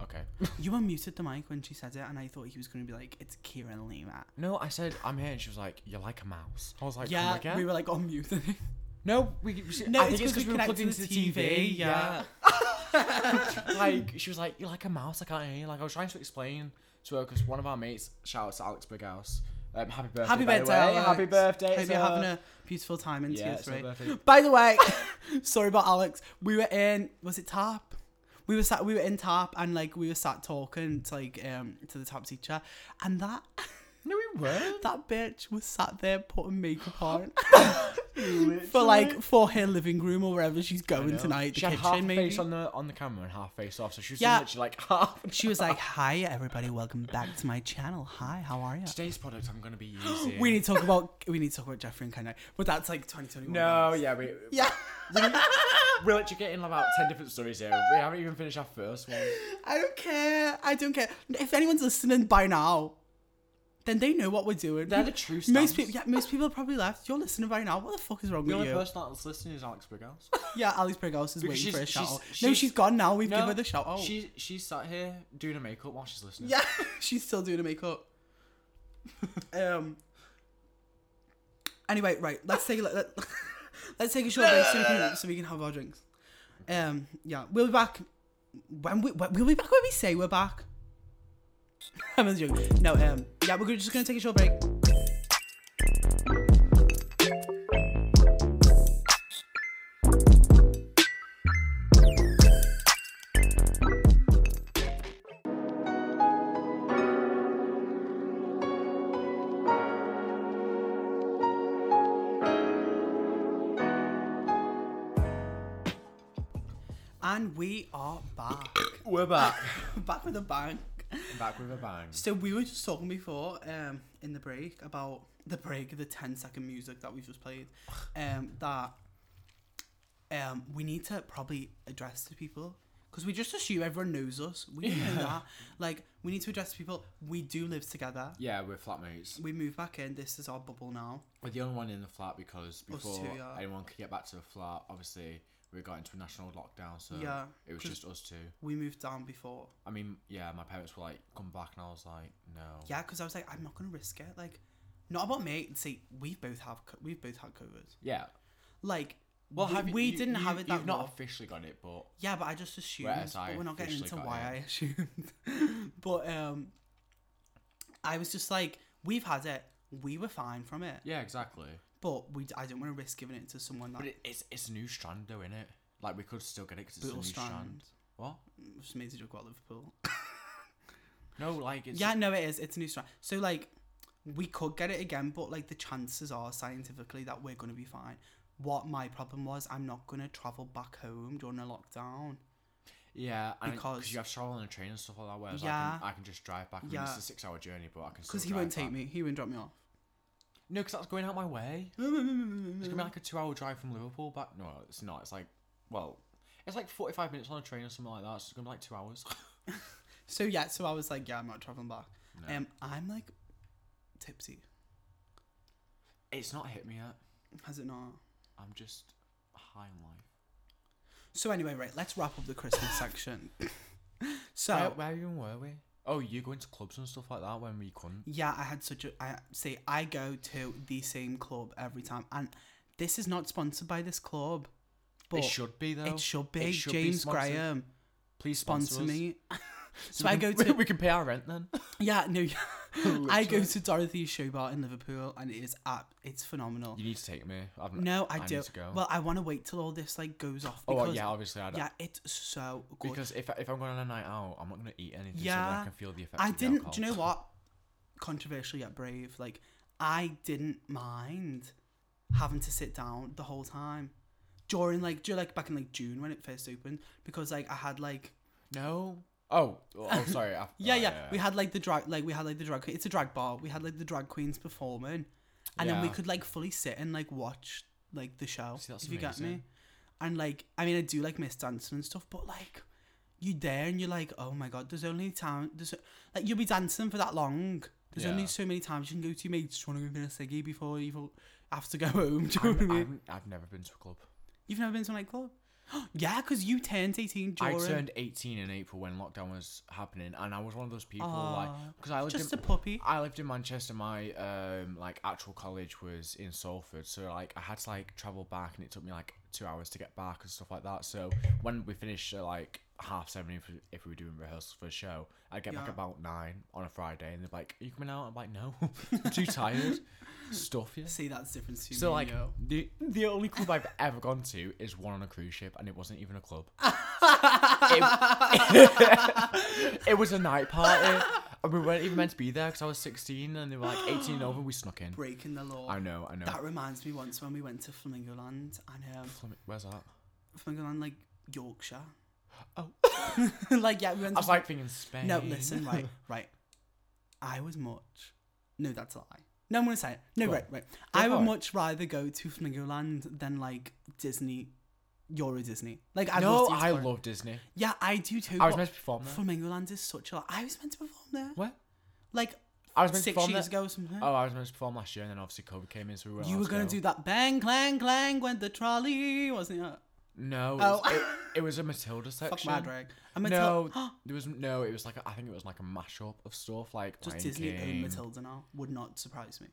S2: Okay.
S1: you unmuted the mic when she said it, and I thought he was gonna be like, "It's Kieran Lever."
S2: No, I said I'm here, and she was like, "You're like a mouse." I was like, oh
S1: yeah,
S2: "Come again?"
S1: we were like "Oh, unmuted.
S2: no, we. we
S1: No,
S2: I
S1: it's 'cause
S2: think it's
S1: we
S2: because we were plugged
S1: connected
S2: into
S1: to
S2: the
S1: the
S2: TV.
S1: TV, yeah.
S2: yeah. [laughs] like she was like, "You're like a mouse." I can't hear. you." Like I was trying to explain to her because one of our mates, shout out to Alex Bighouse. Um, happy birthday!
S1: Happy
S2: by
S1: birthday!
S2: the way.
S1: Alex.
S2: Happy birthday!
S1: Hope
S2: to
S1: you're
S2: her.
S1: having a Beautiful time in
S2: yeah,
S1: tier
S2: it's so
S1: three.
S2: perfect.
S1: By the way, [laughs] sorry about Alex. We were in was it Tap? We were sat we were in Tap and like we were sat talking to like um to the Tap teacher and that [laughs]
S2: No, we weren't.
S1: that bitch was sat there putting makeup
S2: [laughs]
S1: on for
S2: Literally.
S1: like for her living room or wherever she's
S2: I
S1: going
S2: know.
S1: tonight, the
S2: She had half
S1: kitchen maybe.
S2: face on the on the camera and half face off, so she was
S1: Yeah.
S2: literally like [laughs] half.
S1: She was like, "Hi everybody, welcome back to my channel. Hi, how are you?"
S2: Today's product I'm
S1: [gasps]
S2: gonna be using.
S1: We need to talk about we need to talk about Jeffrey and Kanye, but that's like 2021.
S2: No,
S1: guys.
S2: yeah, we
S1: yeah. [laughs]
S2: we're literally getting about ten different stories here. We haven't even finished our first one.
S1: I don't care. I don't care. If anyone's listening by now, then they know what we're doing.
S2: They're the true
S1: most
S2: stans.
S1: people, yeah, most people are probably left. You're listening by now. What the fuck is wrong
S2: The
S1: with
S2: only
S1: you?
S2: person that's listening is Alex
S1: [laughs]
S2: Brighouse.
S1: Yeah, Alice Brighouse is
S2: Because
S1: waiting
S2: she's-
S1: for a shout
S2: she's-
S1: out. No,
S2: she's-
S1: she's gone now. We've
S2: No,
S1: given her the shout out.
S2: She she's sat here doing her makeup while she's listening.
S1: yeah, [laughs] she's still doing her makeup. um. Anyway, right. Let's take a let, [laughs] let's take a short break so we, can, so we can have our drinks. Um. Yeah, we'll be back when we when, we'll be back when we say we're back. [laughs] I'm only joking. No. Um. Yeah, we're just gonna take a short break. And we are back. [laughs]
S2: We're back. [laughs]
S1: back with a bang.
S2: back with a bang.
S1: So we were just talking before, um, in the break about the break, the 10 second music that we've just played, um, that, um, we need to probably address to people because we just assume everyone knows us. We don't know that. Like we need to address to people. We do live together.
S2: Yeah, we're flatmates.
S1: We move back in. This is our bubble now.
S2: We're the only one in the flat because before
S1: two, yeah.
S2: anyone could get back to the flat, obviously we got into a national lockdown, so
S1: Yeah,
S2: it was
S1: 'cause-
S2: just us two.
S1: We moved down before.
S2: I mean, yeah, my parents were like, "Come back," and I was like, "No."
S1: Yeah, because I was like, I'm not gonna risk it. Like, not about me. See, we both have co- we've both had COVID.
S2: Yeah.
S1: Like,
S2: Well,
S1: we,
S2: have you-
S1: we
S2: you-
S1: didn't
S2: you-
S1: have it that
S2: You've not
S1: rough.
S2: officially got it, but
S1: Yeah, but I just assumed.
S2: Whereas
S1: but
S2: I
S1: we're not getting
S2: officially
S1: into
S2: got
S1: why
S2: it.
S1: I [laughs] assumed. but um, I was just like, we've had it. We were fine from it,
S2: yeah, exactly.
S1: but we. d- I don't want to risk giving it to someone that
S2: But it, it's it's a new strand, though, isn't it? Like we could still get it because it's a
S1: brutal
S2: new strand.
S1: strand.
S2: What?
S1: Just made a joke about Liverpool.
S2: No, like it's
S1: yeah, no, it is. It's a new strand. So like, we could get it again, but like the chances are scientifically that we're gonna be fine. What my problem was, I'm not gonna travel back home during a lockdown.
S2: yeah, and
S1: because-
S2: because you have to travel on a train and stuff like that. Whereas I,
S1: Yeah.
S2: can, I can just drive back. I mean,
S1: Yeah.
S2: it's a six-hour journey, but I can.
S1: Because
S2: Because
S1: he won't take me. He won't drop me off.
S2: No, because that's going out my way. It's
S1: Mm.
S2: gonna be like a two-hour drive from Liverpool back. No, it's not. It's like, well, it's like forty-five minutes on a train or something like that. So it's gonna be like two hours. [laughs]
S1: So yeah, so I was like, yeah, I'm not traveling back.
S2: No.
S1: Um, I'm like tipsy.
S2: it's not hit me yet.
S1: Has it not?
S2: I'm just high on life.
S1: So anyway, right, let's wrap up the
S2: [laughs]
S1: Christmas section. [laughs] So
S2: where, where even were we? Oh, you going to clubs and stuff like that when we couldn't.
S1: yeah, I had such a. I say I go to the same club every time, and this is not sponsored by this club, but
S2: it should be though.
S1: it should be.
S2: It should be
S1: James
S2: sponsored.
S1: Graham
S2: Please
S1: sponsor
S2: us.
S1: me. so
S2: we
S1: I go
S2: can-
S1: to
S2: [laughs] We can pay our rent then.
S1: yeah no, yeah. [laughs] I go to Dorothy's Show Bar in Liverpool, and it is at it's phenomenal.
S2: You need to take me. I've
S1: No, I,
S2: I need
S1: do.
S2: to go.
S1: Well, I want to wait till all this like goes off.
S2: Oh well,
S1: Because,
S2: yeah, obviously I.
S1: yeah, it's so good.
S2: Because if if I'm going on a night out, I'm not going to eat anything. so then
S1: Yeah,
S2: I can feel the effect.
S1: I
S2: of the
S1: didn't.
S2: alcohol.
S1: Do you know what? Controversial yet brave. Like I didn't mind having to sit down the whole time during like during like back in like June when it first opened because like I had like
S2: No. Oh, oh,
S1: [laughs]
S2: oh, sorry. I,
S1: yeah
S2: oh,
S1: yeah, we had like the drag like we had like the drag it's a drag bar we had like the drag queens performing and then we
S2: Yeah.
S1: could like fully sit and like watch like the show
S2: See, that's
S1: if you get me
S2: amazing.
S1: and like I mean I do like miss dancing and stuff but like you there and you're like oh my god there's only time there's like you'll be dancing for that long there's only
S2: Yeah.
S1: so many times you can go to mate just want to go get a ciggy before you have to go [laughs] home do you know
S2: I'm,
S1: what I mean?
S2: I'm, I've never been to a club.
S1: you've never been to a nightclub [gasps] yeah because you turned 18 during
S2: I turned 18 in April when lockdown was happening, and I was one of those people like
S1: Aw,
S2: because I lived
S1: just
S2: in,
S1: a puppy
S2: I lived in Manchester. My um like actual college was in Salford, so like I had to like travel back, and it took me like two hours to get back and stuff like that. So when we finished at like half seven, if, if we were doing rehearsals for a show, I'd get back
S1: Yeah.
S2: about nine on a Friday, and they're like, "Are you coming out?" I'm like, "No, [laughs] I'm too tired. Stuff you."
S1: See, that's the difference between
S2: So
S1: me
S2: like
S1: and you.
S2: the the only club I've ever gone to is one on a cruise ship, and it wasn't even a
S1: [laughs]
S2: club. it, [laughs] it was a night party, and we weren't even meant to be there because I was 16, and they were like 18 and over. We snuck in.
S1: breaking the law.
S2: I know, I know.
S1: That reminds me once when we went to Flamingoland and um,
S2: Flemi- Where's that?
S1: Flamingoland like Yorkshire.
S2: Oh.
S1: [laughs] like yeah, we went. To,
S2: I was like thinking Spain.
S1: no, listen,
S2: [laughs]
S1: right, right. I was much. No, that's a lie. No, I'm gonna say it. No,
S2: Go
S1: right, right.
S2: Go
S1: I
S2: for
S1: would
S2: it.
S1: much rather go to Flamingoland than like Disney, Euro Disney. Like I
S2: no,
S1: love to
S2: I
S1: explore-
S2: love Disney.
S1: Yeah, I do too.
S2: I was
S1: but
S2: meant to perform there.
S1: Flamingoland is such a. Lot. I was meant to perform there.
S2: What?
S1: Like
S2: I was meant to
S1: six
S2: perform
S1: years
S2: there.
S1: ago or something.
S2: Oh, I was meant to perform last year, and then obviously COVID came in, so we were.
S1: you were
S2: going
S1: gonna do that bang clang clang went the trolley, wasn't it?
S2: No, it,
S1: Oh.
S2: was, it, it was a Matilda section.
S1: Fuck my drag. I'm gonna [gasps]
S2: No,
S1: tell-
S2: there was no. It was like a, I think it was like a mashup of stuff like
S1: Does
S2: Lion
S1: Disney own
S2: King.
S1: Matilda now? Would not surprise me.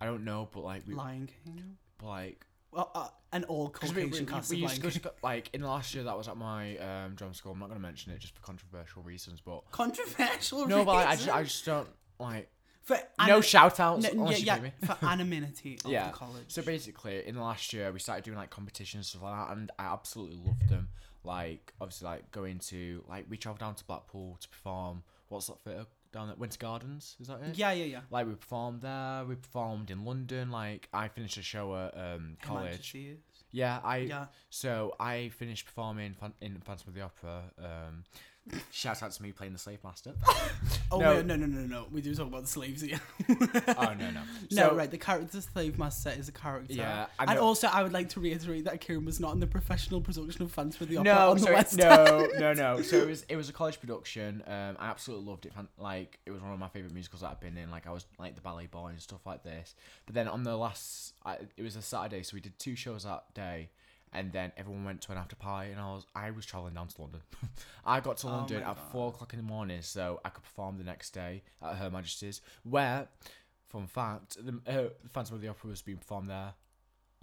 S2: I don't know, but like we
S1: Lion King.
S2: but, like
S1: Well, uh, an all
S2: 'cause we,
S1: Caucasian
S2: we, we,
S1: cast
S2: we
S1: of
S2: used
S1: Lion
S2: to go
S1: King.
S2: to like in the last year that was at my um, drum school. I'm not going to mention it just for controversial reasons,
S1: [laughs]
S2: but
S1: Controversial.
S2: no, but like, I
S1: reason.
S2: just, I just don't like
S1: for
S2: no
S1: ani-
S2: shout outs
S1: no,
S2: unless
S1: yeah,
S2: you pay me. [laughs]
S1: yeah, for anonymity of
S2: Yeah.
S1: the college.
S2: So basically, in the last year, we started doing like competitions and stuff like that, and I absolutely loved them. Like obviously, like going to like we traveled down to Blackpool to perform. What's that theatre down at Winter Gardens? Is that it?
S1: yeah, yeah, yeah.
S2: Like we performed there. We performed in London. Like I finished a show at um, college.
S1: Manchester.
S2: Yeah, I.
S1: Yeah.
S2: So I finished performing fan- in Phantom of the Opera. Um, [coughs] shout out to me playing the slave master.
S1: [laughs] Oh
S2: No.
S1: no. no, no, no, no, We do talk about the slaves here. [laughs]
S2: oh no no.
S1: No,
S2: So-
S1: right. The character slave master is a character.
S2: Yeah, I
S1: and
S2: know-
S1: also I would like to reiterate that Kieran was not in the professional production of Phantom of the Opera
S2: no,
S1: on the
S2: so it-
S1: West End. [laughs]
S2: no, no, no. So it was it was a college production. Um, I absolutely loved it. Fan- Like it was one of my favorite musicals that I've been in. Like I was like the ballet boy and stuff like this. But then on the last, I, it was a Saturday, so we did two shows that day, and then everyone went to an after party, and I was I was traveling down to London. [laughs] I got to London
S1: Oh my
S2: at four o'clock in the morning, so I could perform the next day at Her Majesty's, where, fun fact, the uh, Phantom of the Opera was being performed there.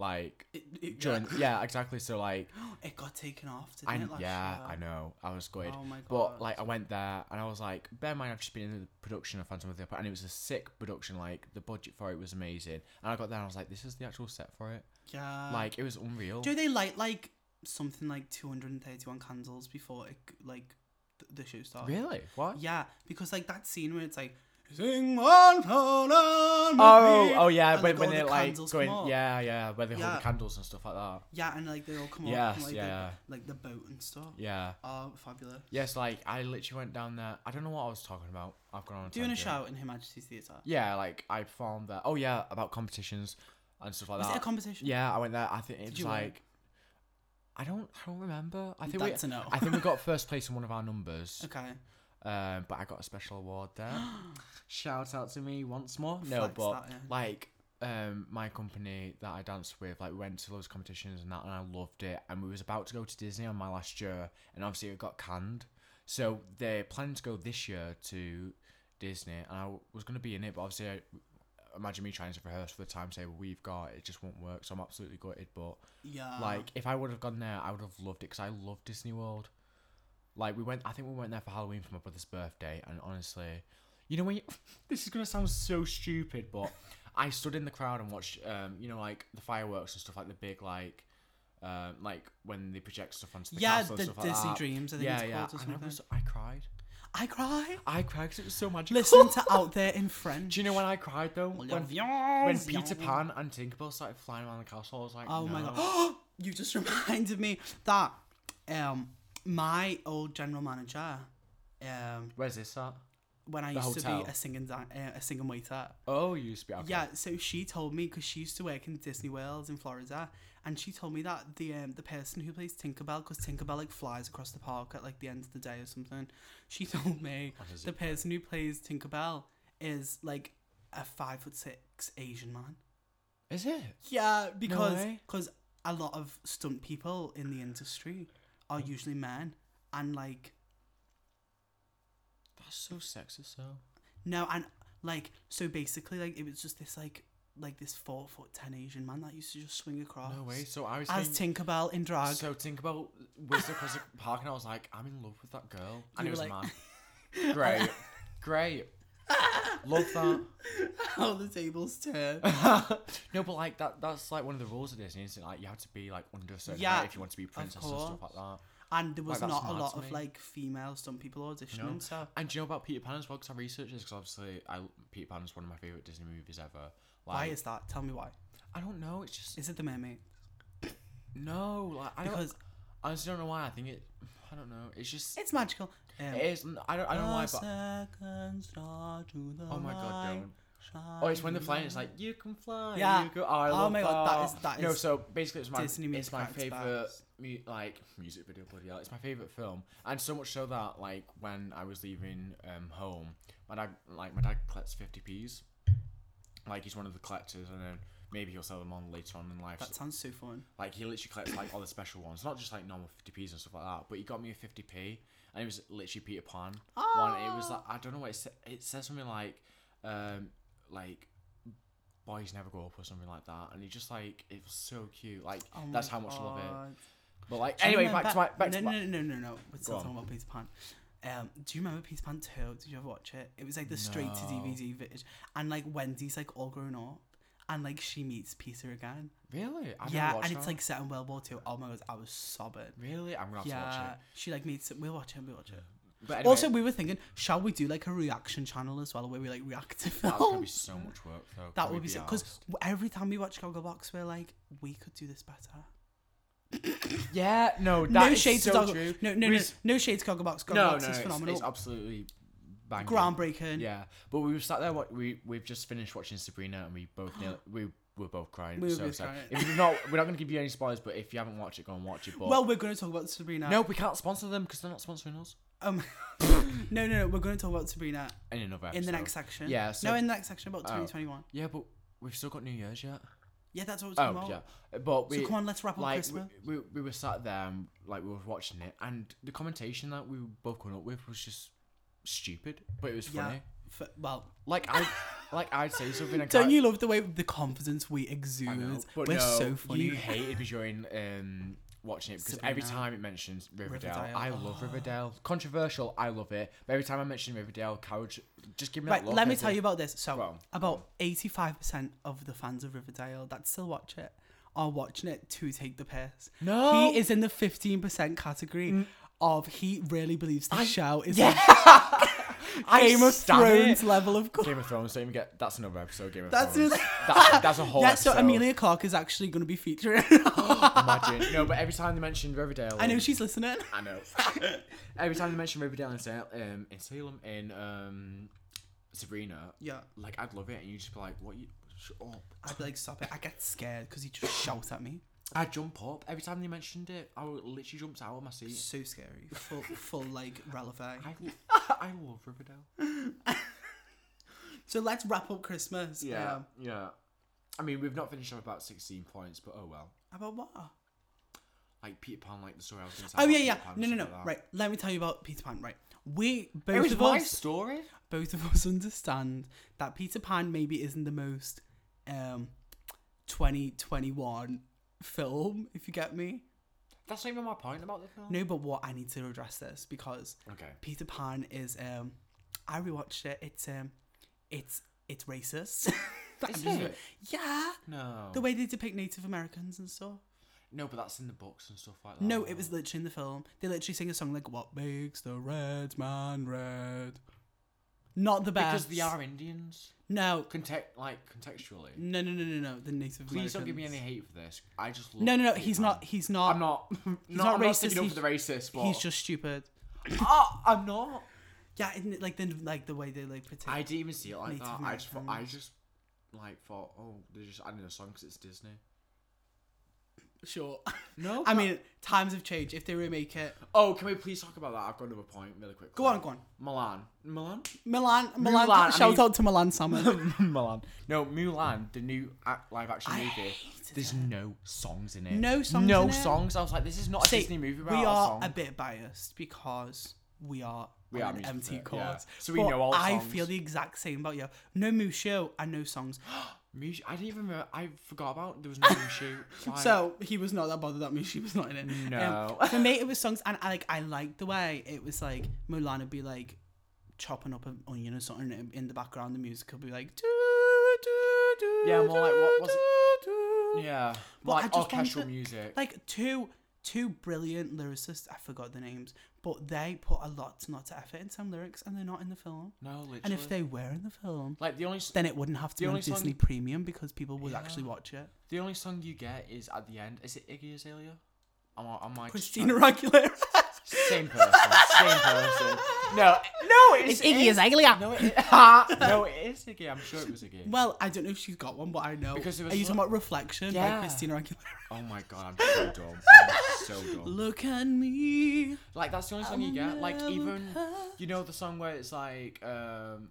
S2: Like
S1: It, it,
S2: during, yeah, exactly. So like.
S1: [gasps] it got taken off, didn't
S2: I,
S1: it? Last
S2: yeah,
S1: year?
S2: I know. I was gutted.
S1: Oh my god.
S2: But like, I went there and I was like, bear in mind, I've just been in the production of Phantom of the Opera, and it was a sick production. Like, the budget for it was amazing. And I got there and I was like, this is the actual set for it.
S1: yeah.
S2: like, it was unreal.
S1: Uh, do they light like something like 231 candles before it like th- the show starts?
S2: really? What?
S1: Yeah, because like that scene where it's like sing one hold on.
S2: Oh, oh yeah.
S1: And,
S2: When,
S1: like,
S2: when
S1: all the
S2: they're like
S1: candles
S2: going,
S1: come up.
S2: yeah, yeah, where they hold
S1: Yeah.
S2: the candles and stuff like that.
S1: Yeah, and like they all come up,
S2: Yes,
S1: and, like,
S2: yeah,
S1: the, like the boat and stuff.
S2: yeah.
S1: Oh, fabulous.
S2: Yes, like I literally went down there. I don't know what I was talking about. I've gone on.
S1: Doing a
S2: tangent.
S1: shout in Her Majesty's Theatre.
S2: Yeah, like I performed there. Oh yeah, about competitions and stuff like
S1: Was it
S2: that.
S1: a competition?
S2: Yeah, I went there. I think it was
S1: you win?
S2: like I don't I don't remember. I think
S1: That's
S2: we
S1: a no. [laughs]
S2: I think we got first place in one of our numbers.
S1: okay.
S2: [gasps] Um, but I got a special award there. Shout out to me once more. No,
S1: Flex
S2: but
S1: that, yeah.
S2: like um my company that I danced with, like we went to those competitions and that and I loved it. And we was about to go to Disney on my last year and obviously it got canned. So they're planning to go this year to Disney and I was gonna be in it, but obviously I imagine me trying to rehearse for the timetable we've got, it just won't work. So I'm absolutely gutted, but
S1: Yeah.
S2: like if I would have gone there, I would have loved it because I love Disney World. Like we went, I think we went there for Halloween for my brother's birthday, and honestly, you know when you, [laughs] this is gonna sound so stupid, but [laughs] I stood in the crowd and watched, um, you know, like the fireworks and stuff, like the big like, um, like when they project stuff onto the
S1: yeah,
S2: castle
S1: the
S2: and
S1: Disney
S2: stuff like that.
S1: Dreams. I think
S2: yeah,
S1: it's
S2: yeah.
S1: called or
S2: And I
S1: something.
S2: was, I cried,
S1: I cry.
S2: I cried because it was so magical.
S1: Listen to out there in French.
S2: [laughs] Do you know when I cried though? When, when Peter Pan and Tinkerbell started flying around the castle, I was like,
S1: Oh my
S2: no.
S1: god! [gasps] you just [laughs] reminded me that um my old general manager um
S2: Where's this at?
S1: when I
S2: The
S1: used to
S2: hotel.
S1: be a singing dan- uh, a singing waiter.
S2: Oh, you used to be. okay.
S1: Yeah, so she told me because she used to work in Disney World in Florida, and she told me that the um, the person who plays Tinkerbell, because Tinkerbell like flies across the park at like the end of the day or something, she [laughs] told me
S2: What is
S1: the person who plays Tinkerbell is like a five foot six Asian man.
S2: Is it?
S1: Yeah, because
S2: way.
S1: because a lot of stunt people in the industry are
S2: Mm.
S1: usually men, and like
S2: That's so sexist, though.
S1: no, and like so basically, like it was just this like like this four foot ten Asian man that used to just swing across.
S2: No way. So I was
S1: Oh, As
S2: thinking,
S1: Tinkerbell in drag.
S2: so Tinkerbell whizzed across the [laughs] park, and I was like, I'm in love with that girl, and
S1: You
S2: it was
S1: were
S2: a
S1: like-
S2: man.
S1: [laughs]
S2: Great, great. Love
S1: [laughs] How the tables
S2: [laughs]
S1: turn.
S2: that. no, but like that—that's like one of the rules of Disney, isn't it? Like you have to be like under a certain
S1: Yeah,
S2: height if you want to be a princess and
S1: course.
S2: stuff like that.
S1: And there was
S2: that's
S1: not a
S2: mad
S1: lot
S2: to
S1: of
S2: me.
S1: like female stunt people auditioning.
S2: No.
S1: So
S2: And do you know about Peter Pan as well? Because I researched this because obviously I Peter Pan is one of my favorite Disney movies ever. Like,
S1: why is that? Tell me why.
S2: I don't know. It's just
S1: Is it the mermaid?
S2: no. Like I don't.
S1: Because
S2: I honestly don't know why. I think it. I don't know. It's just.
S1: it's magical. Um,
S2: It is. I don't. Eh, I don't know why.
S1: the
S2: But
S1: second star to the
S2: oh my god,
S1: light
S2: Dylan. Oh, it's when they're
S1: shines
S2: flying. It's like you can fly.
S1: Yeah.
S2: You can, oh, I
S1: Oh
S2: love
S1: my God, that is- that
S2: no.
S1: is
S2: So basically, it's my
S1: Disney music
S2: it's my
S1: facts
S2: favorite
S1: facts.
S2: mu- like music video. Bloody hell, it's my favorite film, and so much so that like when I was leaving um home, my dad like my dad collects fifty p's. Like he's one of the collectors, and then maybe he'll sell them on later on in life.
S1: That sounds so fun.
S2: Like he literally collects like all the special ones, not just like normal 50p's and stuff like that. But he got me a 50p, and it was literally Peter Pan one. It was like I don't know what it said. It said something like, um, like boys never grow up or something like that. And he just like it was so cute. Like
S1: Oh my
S2: that's how much I love it.
S1: God.
S2: But like
S1: Do you
S2: anyway, back to my
S1: remember-
S2: back
S1: no,
S2: to my.
S1: no, no, no, no. We're still
S2: on.
S1: talking about Peter Pan. Um, do you remember Peter Pan 2? Did you ever watch it? It was like the straight to
S2: No.
S1: DVD footage, and like Wendy's like all grown up, and like she meets Peter again.
S2: Really? I've
S1: yeah,
S2: never watched
S1: and it's
S2: that.
S1: like set in World War Two. Oh my god, I was sobbing.
S2: really. I'm gonna have to
S1: Yeah,
S2: watch
S1: she like meets. We'll watch it. We'll watch it.
S2: it. But anyway,
S1: Also, we were thinking, shall we do like a reaction channel as well, where we like react to
S2: that's gonna
S1: [laughs]
S2: be
S1: films?
S2: so much work though.
S1: That
S2: Can we
S1: would be so. Because
S2: arsed?
S1: every time we watch Gogglebox, we're like, we could do this better.
S2: yeah, no,
S1: no
S2: that is
S1: shades
S2: so
S1: to Goggle.
S2: true.
S1: No, no,
S2: We
S1: no,
S2: s-
S1: no shades to Gogglebox. Gogglebox
S2: no, no,
S1: is
S2: it's,
S1: phenomenal,
S2: it's absolutely banging.
S1: groundbreaking.
S2: Yeah, but we were sat there. What we we've just finished watching Sabrina, and we both
S1: [gasps]
S2: nearly, we were both crying.
S1: We were
S2: so
S1: both
S2: sad.
S1: crying.
S2: If you're not, we're not going to give you any spoilers. But if you haven't watched it, go and watch it. But
S1: Well, we're going to talk about Sabrina.
S2: no, we can't sponsor them because they're not sponsoring us. [laughs]
S1: Um, no, no, no. We're going to talk about Sabrina
S2: In another episode.
S1: in the next section.
S2: Yeah, so-
S1: no, in the next section about
S2: Oh.
S1: 2021.
S2: Yeah, but we've still got New Year's yet.
S1: Yeah, that's what it's
S2: Oh
S1: about.
S2: yeah, but we
S1: so come on, let's wrap up
S2: like we,
S1: Christmas.
S2: we, we were sat there, and, like we were watching it, and the commentation that we were both coming up with was just stupid, but it was
S1: yeah.
S2: funny.
S1: F- well,
S2: Like I, like I'd say something.
S1: [laughs]
S2: and
S1: don't
S2: Kat-
S1: you love the way the confidence we exude?
S2: I know, but
S1: we're
S2: no,
S1: so funny. [laughs]
S2: You hated me during um, watching it because every
S1: Sabrina.
S2: time it mentions Riverdale,
S1: Riverdale. Oh.
S2: I love Riverdale. Controversial, I love it. But every time I mention Riverdale, Carriage, just give me
S1: Right,
S2: that look.
S1: let me
S2: and
S1: tell
S2: say,
S1: you about this. So,
S2: Well,
S1: about eighty-five percent of the fans of Riverdale that still watch it are watching it to take the piss.
S2: No. Mm.
S1: he is in the fifteen percent category of he really believes the show is
S2: Yeah. [laughs]
S1: like Game of
S2: stan
S1: Thrones
S2: it.
S1: level of good.
S2: Game of Thrones. Don't even get. That's another episode. Game of
S1: That's
S2: Thrones.
S1: it. [laughs]
S2: That, [laughs] that's a whole.
S1: Yeah,
S2: episode.
S1: so Amelia Clark is actually going to be featuring. [laughs]
S2: Imagine. No, but every time they mention Riverdale,
S1: I know
S2: in-
S1: she's listening.
S2: I know. [laughs] every time they mention Riverdale in Salem, um, in Salem, in um, Sabrina,
S1: Yeah,
S2: like I'd love it, and you would just be like, "What? You shut up."
S1: I'd be like, stop it. I get scared because he just shouts at me.
S2: I jump up every time they mentioned it. I would literally jumps out of my seat.
S1: So scary. Full, full like relevant.
S2: I, [laughs] I love Riverdale.
S1: So let's wrap up Christmas.
S2: Yeah,
S1: Um,
S2: yeah. I mean, we've not finished up about sixteen points, but oh well.
S1: about what?
S2: Like Peter Pan, like the story I was going to
S1: Oh yeah, yeah. No, no, no. Right. Let me tell you about Peter Pan. Right. We both of us,
S2: story.
S1: both of us [laughs] understand that Peter Pan maybe isn't the most um, 2021 film, if you get me.
S2: That's not even my point about the film.
S1: No, but what I need to address this because
S2: Okay.
S1: Peter Pan is. Um, I rewatched it. It's um, it's it's racist. [laughs] I'm just-
S2: it?
S1: Yeah,
S2: No.
S1: the way they depict Native Americans and stuff.
S2: no, but that's in the books and stuff like that.
S1: No, it was literally in the film. They literally sing a song like "What makes the red man red." Not the
S2: because
S1: best.
S2: they are Indians.
S1: No,
S2: Context, like contextually.
S1: no, no, no, no, no. The Native
S2: Please don't give me any
S1: Americans.
S2: hate for this. I just love
S1: No, no, no.
S2: Peter
S1: He's
S2: Pan.
S1: not. He's not.
S2: I'm not. [laughs] no,
S1: not
S2: I'm
S1: racist,
S2: not sticking up
S1: he's-
S2: for the racist. But [laughs]
S1: He's just stupid.
S2: Oh, I'm not.
S1: Yeah, isn't it like the like the way they like pretend.
S2: I didn't even see it like
S1: Native
S2: that. I just, thought, I
S1: Americans.
S2: just like thought, oh, they're just adding a song because it's Disney.
S1: [laughs] sure.
S2: No,
S1: I mean, times have changed. If they remake it,
S2: oh, can we please talk about that? I've got another point, really quick.
S1: go on, go on.
S2: Milan, Milan,
S1: Milan, Milan.
S2: Mulan, I
S1: shout
S2: mean-
S1: out to Milan Salmon.
S2: [laughs] Milan. No, Mulan, the new ac- live action
S1: I
S2: movie.
S1: hated
S2: There's no songs in it.
S1: No songs
S2: No
S1: in it.
S2: songs. I was like, this is not a
S1: See,
S2: Disney movie. About
S1: we
S2: a
S1: are
S2: song.
S1: a bit biased because we are
S2: We
S1: on an
S2: are music
S1: empty
S2: bit, yeah.
S1: chords.
S2: So we
S1: But
S2: know all the
S1: I
S2: songs. [gasps]
S1: feel the exact same about you. No Musho and no songs.
S2: Mish- I didn't even remember. I forgot about there was [laughs] no Mushu. Like,
S1: So he was not that bothered that me. She was not in it. Um,
S2: no.
S1: For me, it was songs, and I like I liked the way it was like Mulan would be like chopping up an onion or something and in the background. The music would be like. "Doo, doo, doo,
S2: Yeah, more like, what was it?
S1: doo, doo, doo."
S2: yeah,
S1: Well, I
S2: like
S1: just
S2: orchestral
S1: wanted-
S2: music.
S1: Like two two brilliant lyricists. I forgot the names, but they put a lot not to effort in some lyrics, and they're not in the film.
S2: no, literally.
S1: And if they were in the film,
S2: like the only s-
S1: then it wouldn't have to
S2: The
S1: be on
S2: only song-
S1: Disney Premium because people would
S2: Yeah.
S1: actually watch it.
S2: the only song you get is at the end. Is it Iggy Azalea? Am I, am I just
S1: Christina Aguilera.
S2: trying- Same person. same person. No, no, it's,
S1: Aguilera.
S2: No, it is. [laughs] no, it is Iggy. I'm sure it was Iggy.
S1: Well, I don't know if she's got one, but I know.
S2: Because it was
S1: Are you
S2: lo-
S1: talking about Reflection by
S2: Yeah.
S1: Christina Aguilera?
S2: [laughs] Oh my god, I'm so dumb. I'm so dumb.
S1: Look at me.
S2: Like that's the only song you get. Like
S1: I'm
S2: even
S1: hurt.
S2: you know the song where it's like um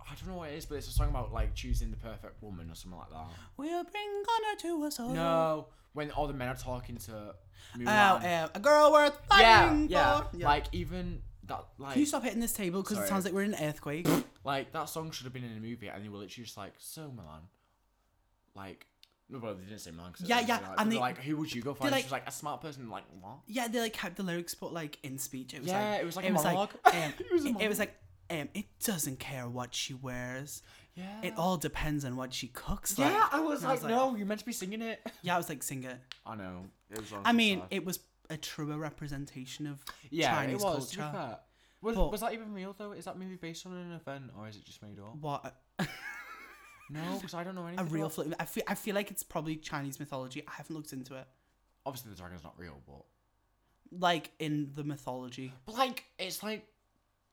S2: I don't know what it is, but it's a song about like choosing the perfect woman or something like that.
S1: We'll bring honor to us all.
S2: No, when all the men are talking to Mulan.
S1: Oh, uh, a girl worth
S2: yeah,
S1: fighting
S2: yeah,
S1: for.
S2: Like even that like
S1: Can you stop hitting this table? Because it
S2: Sorry.
S1: sounds like we're in an earthquake.
S2: like that song should have been in a movie, and they were literally just like so Milan, like. No, well, they didn't say Milan. 'cause it
S1: Yeah,
S2: was
S1: yeah,
S2: Like,
S1: and
S2: but
S1: they-
S2: like, who would you go for?
S1: they're
S2: And
S1: like-
S2: she was like a smart person. Like what?
S1: yeah, they like kept the lyrics, but like in speech, it was
S2: Yeah,
S1: like
S2: it was like a monologue.
S1: um,
S2: [laughs] It was a
S1: it- it was like um, it doesn't care what she wears.
S2: Yeah.
S1: It all depends on what she cooks.
S2: Oh. yeah,
S1: like.
S2: I Oh was
S1: And I
S2: like, no, you're meant to be singing it.
S1: Yeah, I was like, sing it.
S2: [laughs] I know. It was
S1: I mean, it was a truer representation of
S2: yeah,
S1: Chinese
S2: it was. to be
S1: culture.
S2: fair. Was,
S1: But-
S2: was that even real though? Is that movie based on an event or is it just
S1: [laughs]
S2: made up?
S1: what
S2: No, because I don't know [laughs] anything.
S1: a real
S2: about-
S1: fl- I feel I feel like it's probably Chinese mythology. I haven't looked into it.
S2: Obviously, the dragon's not real, but
S1: Like in the mythology.
S2: but like it's like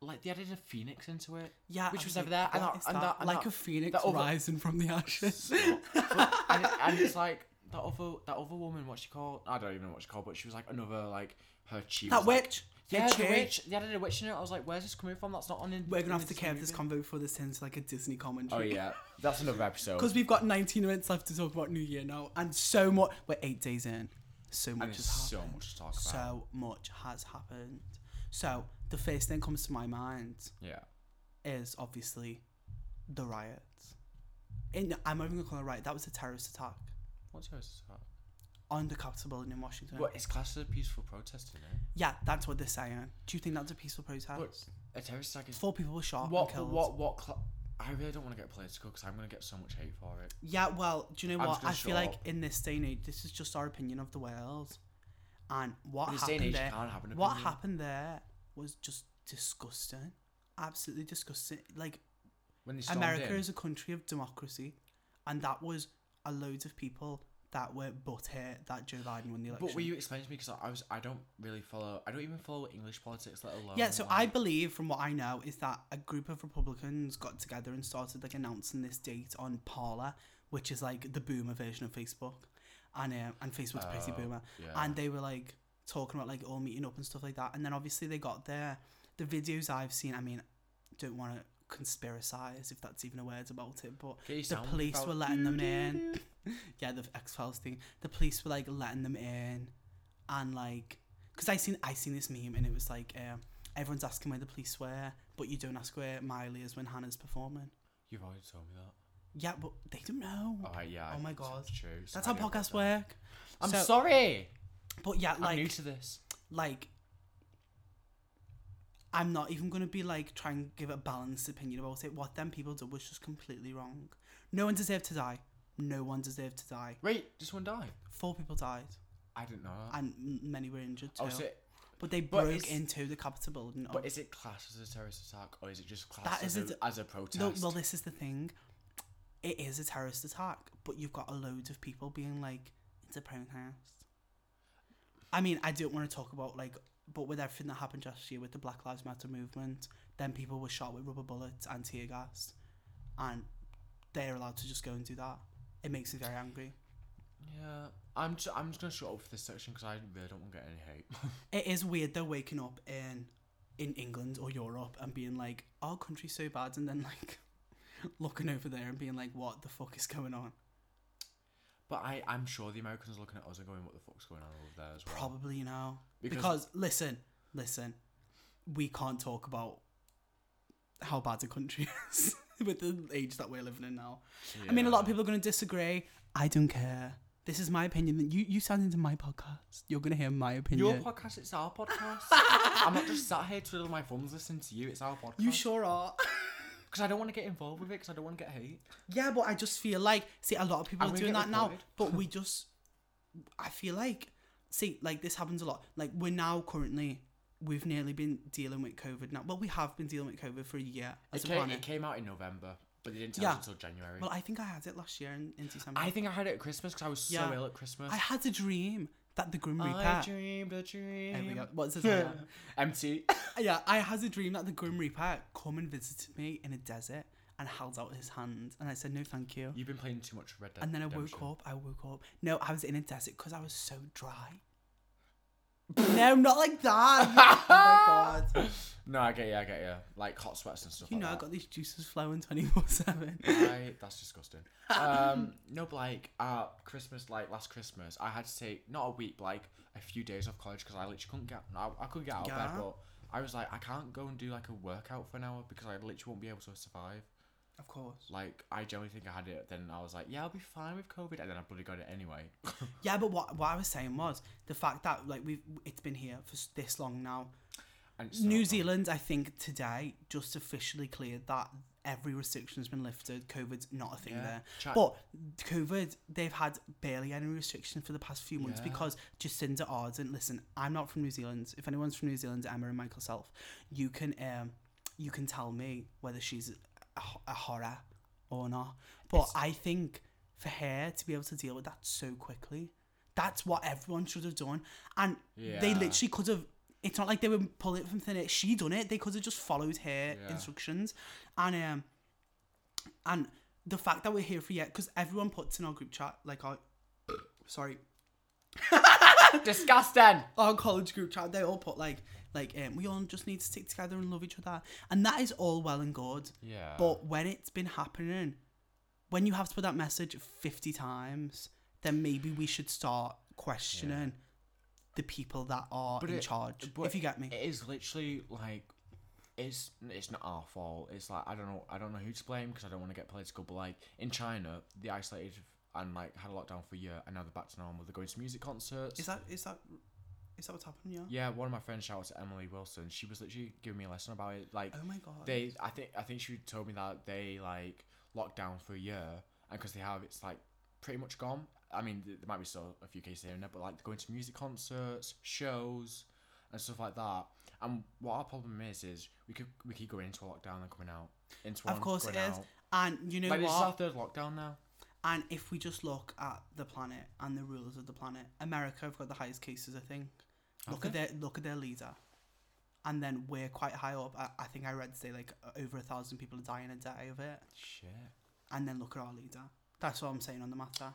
S2: like they added a phoenix into it.
S1: Yeah.
S2: Which
S1: I
S2: was over there, and
S1: what
S2: that-
S1: is
S2: and that- and
S1: like
S2: that-
S1: a phoenix
S2: that other-
S1: rising from the
S2: [laughs]
S1: ashes. [laughs]
S2: Stop. But- and, it- and it's like that other that other woman. What's she called? I don't even know what she called, but she was like another like her chief.
S1: that witch.
S2: yeah,
S1: the
S2: the
S1: chick.
S2: witch. They added a witch in it. I was like, where's this coming from? That's not on. In,
S1: We're gonna
S2: in
S1: have to care of this
S2: movie.
S1: convo before this turns into like a Disney
S2: Oh
S1: commentary.
S2: yeah, that's another episode.
S1: Because we've got 19 minutes left to talk about New Year now, and so much. We're eight days in. So
S2: And
S1: much
S2: there's
S1: has happened.
S2: so much to talk about.
S1: So much has happened. So the first thing comes to my mind
S2: yeah.
S1: is obviously the riots. In, I'm not even gonna call it a riot. That was a terrorist attack
S2: What's yours?
S1: on the Capitol building in Washington.
S2: What is classed as a peaceful protest today?
S1: Yeah, that's what they're saying. Do you think that's a peaceful protest?
S2: But a terrorist attack is
S1: Four people were shot
S2: what?
S1: and
S2: But
S1: killed.
S2: what? What? Cl- I really don't want to get political because I'm gonna get so much hate for it.
S1: Yeah, well, do you know
S2: I'm
S1: what?
S2: just
S1: I
S2: gonna
S1: feel
S2: shut
S1: like in this day and age, this is just our opinion of the world, and what
S2: In this day and
S1: happened
S2: age, you
S1: there.
S2: can't have an
S1: What
S2: opinion.
S1: happened there was just disgusting, absolutely disgusting. Like
S2: When they stormed
S1: America
S2: in.
S1: is a country of democracy, and that was a loads of people that were butthurt that Joe Biden won the election.
S2: But will you explain to me because I was I don't really follow I don't even follow English politics let alone
S1: Yeah, so I
S2: like-
S1: believe from what I know is that a group of Republicans got together and started like announcing this date on Parler, which is like the boomer version of Facebook, and um, and Facebook's pretty
S2: Oh,
S1: boomer,
S2: yeah.
S1: and they were like talking about like all meeting up and stuff like that, and then obviously they got there. The videos I've seen, I mean, don't want to conspiracize if that's even a word about it, but
S2: Get your
S1: the
S2: sound
S1: police
S2: about-
S1: were letting them in.
S2: [laughs]
S1: [laughs] yeah, the X Files thing. The police were like letting them in, and like, cause I seen I seen this meme and it was like, um, everyone's asking where the police were, but you don't ask where Miley is when Hannah's performing.
S2: You've already told me that.
S1: Yeah, but they don't know.
S2: Oh yeah.
S1: Oh my
S2: it's
S1: God.
S2: True. so
S1: That's
S2: I
S1: how
S2: don't get
S1: podcasts
S2: that.
S1: work.
S2: I'm
S1: So-
S2: sorry.
S1: But yeah,
S2: I'm new
S1: like,
S2: to this.
S1: like. I'm not even gonna be like trying to give a balanced opinion about it. What them people did was just completely wrong. No one deserved to die. No one deserved to die.
S2: Wait, this one died.
S1: Four people died.
S2: I didn't know that.
S1: and m- many were injured too.
S2: Oh, so it-
S1: but they
S2: but
S1: broke
S2: it's-
S1: into the Capitol building.
S2: but
S1: of-
S2: is it classed as a terrorist attack or is it just classed
S1: is
S2: as,
S1: a
S2: a,
S1: d-
S2: as a protest?
S1: no, well, this is the thing. It is a terrorist attack, but you've got a load of people being like, "It's a protest." I mean, I don't want to talk about like, but with everything that happened last year with the Black Lives Matter movement, then people were shot with rubber bullets and tear gas, and they're allowed to just go and do that. It makes me very angry.
S2: Yeah, I'm just, I'm just gonna shut up for this section because I really don't want to get any hate. [laughs]
S1: It is weird though waking up in in England or Europe and being like, our country's so bad and then like [laughs] looking over there and being like, what the fuck is going on?
S2: but I I'm sure the Americans are looking at us and going, what the fuck's going on over there as well?
S1: Probably you know. Because,
S2: Because-
S1: listen, listen, we can't talk about how bad a country [laughs] is. with the age that we're living in now. I mean, a lot of people are going to disagree. I don't care. This is my opinion. You you sound into my podcast. You're going to hear my
S2: Your
S1: opinion.
S2: podcast, it's our podcast.
S1: [laughs]
S2: I'm not just sat here twiddling my thumbs listening to you. It's our podcast.
S1: you sure are. [laughs]
S2: Because I don't want to get involved with it. Because I don't want to get hate.
S1: Yeah, but I just feel like see a lot of people
S2: I'm
S1: are
S2: gonna
S1: doing
S2: get
S1: that now.
S2: recorded.
S1: But
S2: [laughs]
S1: we just, I feel like, see, like this happens a lot. Like we're now currently, we've nearly been dealing with COVID now. Well, we have been dealing with COVID for a year as a
S2: It came, it
S1: planet.
S2: came out in November, but they didn't tell
S1: Yeah.
S2: us until January.
S1: Well, I think I had it last year [gasps] in, in December.
S2: I
S1: I,
S2: think I had it at Christmas because I was so
S1: Yeah.
S2: ill at Christmas.
S1: had a dream that the Grim Reaper.
S2: I dreamed a dream.
S1: there we [laughs] go. What's this? one?
S2: Empty.
S1: Uh, yeah, I had a dream that the Grim Reaper come and visited me in a desert and held out his hand, and I said no, thank you.
S2: You've been playing too much Red Dead.
S1: And then I woke up. I woke up. No, I was in a desert because I was so [laughs] dry. no, not like [laughs] that. oh my god.
S2: No, I get you. I get you. Like hot sweats and stuff.
S1: You
S2: like
S1: know, I
S2: that.
S1: got these juices flowing twenty four seven. [laughs]
S2: I, that's disgusting. Um, no, but like uh, Christmas, like last Christmas, I had to take not a week, but like a few days off college because I literally couldn't get, I, I couldn't get out of
S1: Yeah.
S2: bed. But I was like, I can't go and do like a workout for an hour because I literally won't be able to survive.
S1: Of course.
S2: Like I generally think I had it, then I was like, yeah, I'll be fine with COVID, and then I bloody got it anyway.
S1: Yeah, but what what I was saying was the fact that like we've it's been here for s- this long now.
S2: And it's
S1: New
S2: not-
S1: Zealand, I think today just officially cleared that every restriction has been lifted. COVID's not a thing
S2: Yeah.
S1: there.
S2: Chi-
S1: But COVID, they've had barely any restriction for the past few months
S2: Yeah.
S1: because Jacinda Ardern. Listen, I'm not from New Zealand. If anyone's from New Zealand, Emma and Michael Self, you can um, you can tell me whether she's a, ho- a horror or not. But I think for her to be able to deal with that so quickly, that's what everyone should have done. And they
S2: Yeah.
S1: literally could have. It's not like they were pulling it from thin air. She done it. They could have just followed her
S2: Yeah.
S1: instructions, and um, and the fact that we're here for yet because everyone puts in our group chat like our [coughs] sorry
S2: [laughs] disgusting.
S1: our college group chat they all put like like um, we all just need to stick together and love each other and that is all well and good
S2: Yeah.
S1: but when it's been happening when you have to put that message 50 times then maybe we should start questioning the people that are in
S2: it-
S1: charge
S2: but
S1: if you get me
S2: It is literally like it's it's not our fault. It's like I don't know I don't know who to blame because I don't want to get political. But like in China, they isolated and like had a lockdown for a year, and now they're back to normal. They're going to music concerts.
S1: is that is that is that what's happening yeah,
S2: yeah, one of my friends shouted to Emily Wilson. She was literally giving me a lesson about it. Like
S1: oh my god
S2: they, I think I think she told me that they like locked down for a year, and because they have it's like pretty much gone. I mean, th- there might be still a few cases here and there, but like they're going to music concerts, shows, and stuff like that. And what our problem is is we could we keep going into a lockdown and coming out into one,
S1: of course it
S2: going
S1: is
S2: out.
S1: and you know
S2: Like this
S1: what
S2: is our third lockdown now.
S1: And if we just look at the planet and the rulers of the planet, America have got the highest cases, I think. Look at their look at their leader, and then we're quite high up. I, I think I read today like over a thousand people are dying a day of it,
S2: Shit.
S1: and then look at our leader. That's what I'm saying on the matter.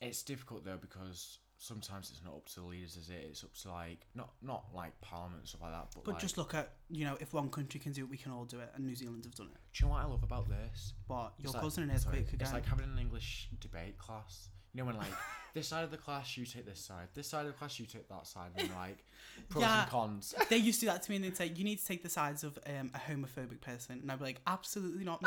S2: It's difficult though because sometimes it's not up to the leaders, is it? It's up to like not not like parliament and stuff like that, but,
S1: But
S2: like,
S1: just look at you know if one country can do it, we can all do it, and New Zealand have done it.
S2: do you know what I love about this?
S1: But you're
S2: It's like-
S1: causing an
S2: sorry,
S1: earthquake again.
S2: It's like having an English debate class. You know when
S1: [laughs]
S2: like this side of the class you take this side, this side of the class you take that side, and like
S1: [laughs]
S2: pros
S1: Yeah.
S2: and cons.
S1: they used to do that to me and they'd say, You need to take the sides of um, a homophobic person. And I'd be like, Absolutely not.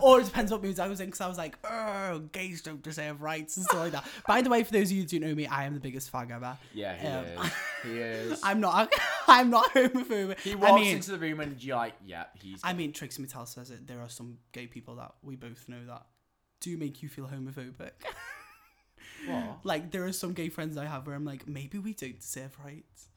S2: [laughs]
S1: or it depends what moods I was in because I was like, Oh, gays don't deserve rights and stuff like that. By the way, for those of you who don't know me, I am the biggest fag ever.
S2: Yeah, he
S1: Um,
S2: is.
S1: [laughs]
S2: He is.
S1: I'm not, I'm not homophobic.
S2: he walks
S1: I mean,
S2: into the room and you're like, yeah, he's.
S1: I mean, Trixie Mattel says it. There are some gay people that we both know that do make you feel homophobic. [laughs]
S2: what?
S1: like, there are some gay friends I have where I'm like, Maybe we don't deserve rights.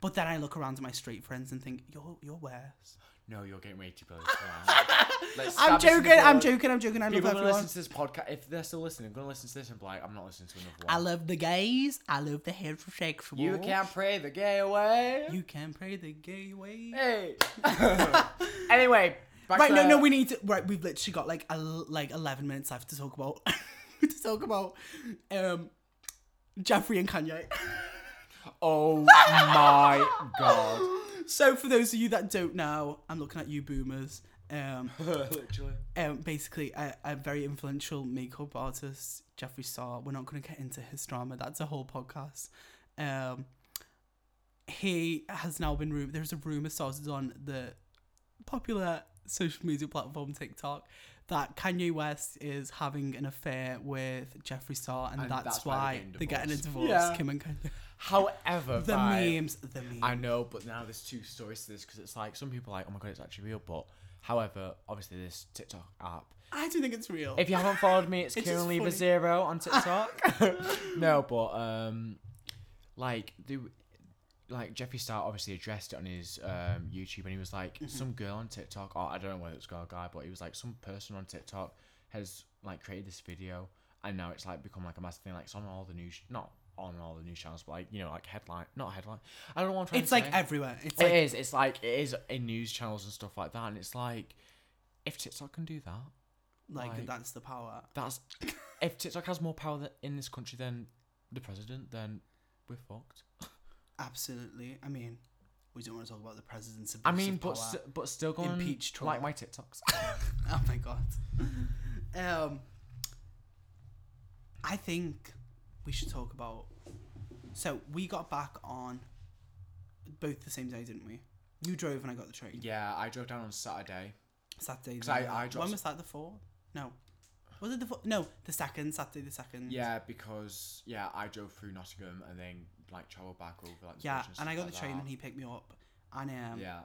S1: But then I look around at my straight friends and think, You're, you're worse.
S2: No, you're getting way too close. man.
S1: [laughs]
S2: Let's
S1: I'm
S2: stab this in the
S1: joking, I'm
S2: throat.
S1: joking, I'm joking. I love
S2: People are gonna
S1: everyone.
S2: listen to this podcast. If they're still listening, I'm gonna listen to this and be like, I'm not listening to another
S1: I
S2: one.
S1: love the gays. I love the heterosexual.
S2: you can't pray the gay away.
S1: You can pray the gay way. [laughs]
S2: Hey. [laughs] anyway, back
S1: Right,
S2: to
S1: no, no, we need to. Right, we've literally got like el- like eleven minutes left to talk about [laughs] to talk about um Jeffrey and Kanye. [laughs]
S2: Oh my god.
S1: So for those of you that don't know, I'm looking at you boomers. Um,
S2: Literally.
S1: um basically a, a very influential makeup artist, Jeffrey Star. We're not going to get into his drama. That's a whole podcast. Um, he has now been rumored. There's a rumor started on the popular social media platform TikTok that Kanye West is having an affair with Jeffree Star, and,
S2: And
S1: that's,
S2: that's why
S1: why
S2: they're
S1: they're
S2: getting
S1: getting a divorce.
S2: divorced. Yeah.
S1: Kim and
S2: [laughs]
S1: Kanye.
S2: However,
S1: The
S2: right,
S1: memes, the memes.
S2: I know, but now there's two stories to this because it's like some people are like, oh my god, it's actually real. But however, obviously this TikTok app.
S1: I do think it's real.
S2: If you haven't
S1: [laughs]
S2: followed me, it's,
S1: It's just
S2: Kieran Lever
S1: funny.
S2: Zero
S1: [laughs]
S2: on TikTok. no, but um, like the like Jeffree Star obviously addressed it on his um YouTube, and he was like,
S1: Mm-hmm.
S2: some girl on TikTok, or I don't know whether it's girl or guy, but he was like, some person on TikTok has like created this video, and now it's like become like a massive thing. Like it's on all the news, not on all the news channels, but like you know, like headline, not headline. I don't know what I'm trying
S1: it's
S2: to
S1: like
S2: say.
S1: everywhere. It's
S2: It
S1: like
S2: is. It's like it is in news channels and stuff like that, and it's like if TikTok can do that
S1: like,
S2: like-
S1: that's the power.
S2: that's if TikTok has more power th- in this country than the president, then we're fucked.
S1: Absolutely. I mean, we don't want to talk about the president's
S2: I
S1: abuse
S2: mean,
S1: of
S2: but
S1: power.
S2: st- but still going
S1: Impeach Trump.
S2: like my TikToks.
S1: [laughs] Oh my god. um, I think we should talk about. So we got back on both the same day, didn't we? You drove and I got the train.
S2: yeah, I drove down on Saturday.
S1: Saturday.
S2: 'Cause
S1: the-
S2: I- I dropped-
S1: when was that? The fourth? No. Was it the fourth? No, the second Saturday. The second.
S2: Yeah, because yeah, I drove through Nottingham and then like travelled back over like. the
S1: Yeah,
S2: bridge
S1: and I got
S2: stuff
S1: the
S2: like
S1: train
S2: that.
S1: and he picked me up, and um,
S2: Yeah.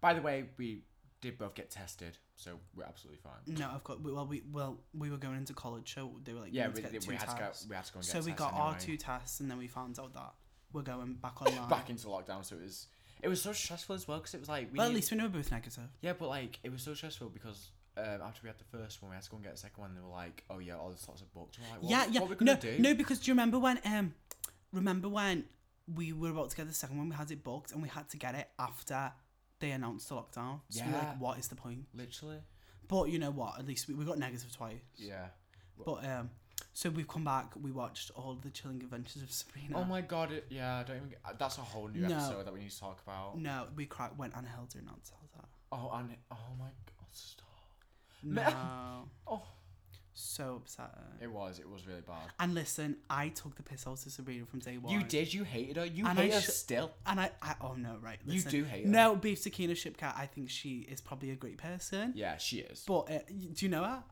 S2: By the way, we did both get tested, so we're absolutely fine.
S1: no, I've got well, we well we were going into college, so they were like,
S2: Yeah,
S1: you need
S2: we,
S1: to get
S2: we
S1: two
S2: had to go.
S1: tests.
S2: We had to go and get.
S1: So we
S2: tests
S1: got
S2: anyway.
S1: our two tests, and then we found out that we're going back
S2: [gasps]
S1: online.
S2: back into lockdown, so it was it was so stressful as well because it was like we
S1: well, at
S2: needed-
S1: least we know we're both negative.
S2: Yeah, but like it was so stressful because um, after we had the first one, we had to go and get a second one. They were like, "Oh yeah, all the slots are booked." We're like, what,
S1: yeah, yeah.
S2: What are we
S1: no,
S2: gonna do?
S1: no, because do you remember when? Um, remember when we were about to get the second one? We had it booked, and we had to get it after they announced the lockdown. So we were
S2: Yeah.
S1: like, what is the point?
S2: Literally.
S1: But you know what? At least we, we got negative twice.
S2: Yeah.
S1: But um, so we've come back. We watched all the chilling adventures of Sabrina.
S2: Oh my god. It, yeah. I don't even. Get, uh, that's a whole new
S1: No.
S2: episode that we need to talk about.
S1: No, we cried when Anna Hilder announced that.
S2: Oh and oh my god. Stop.
S1: No.
S2: [laughs] Oh.
S1: So upset.
S2: It was. It was really bad.
S1: And listen, I took the piss out of Sabrina from day one.
S2: You did. You hated her. You
S1: And I
S2: hate her
S1: sh-
S2: still.
S1: And I, I oh no, right.
S2: You
S1: listen.
S2: do hate her.
S1: No, Beef Sakina Shipcat, I think she is probably a great person.
S2: Yeah, she is.
S1: But uh, y- do you know her?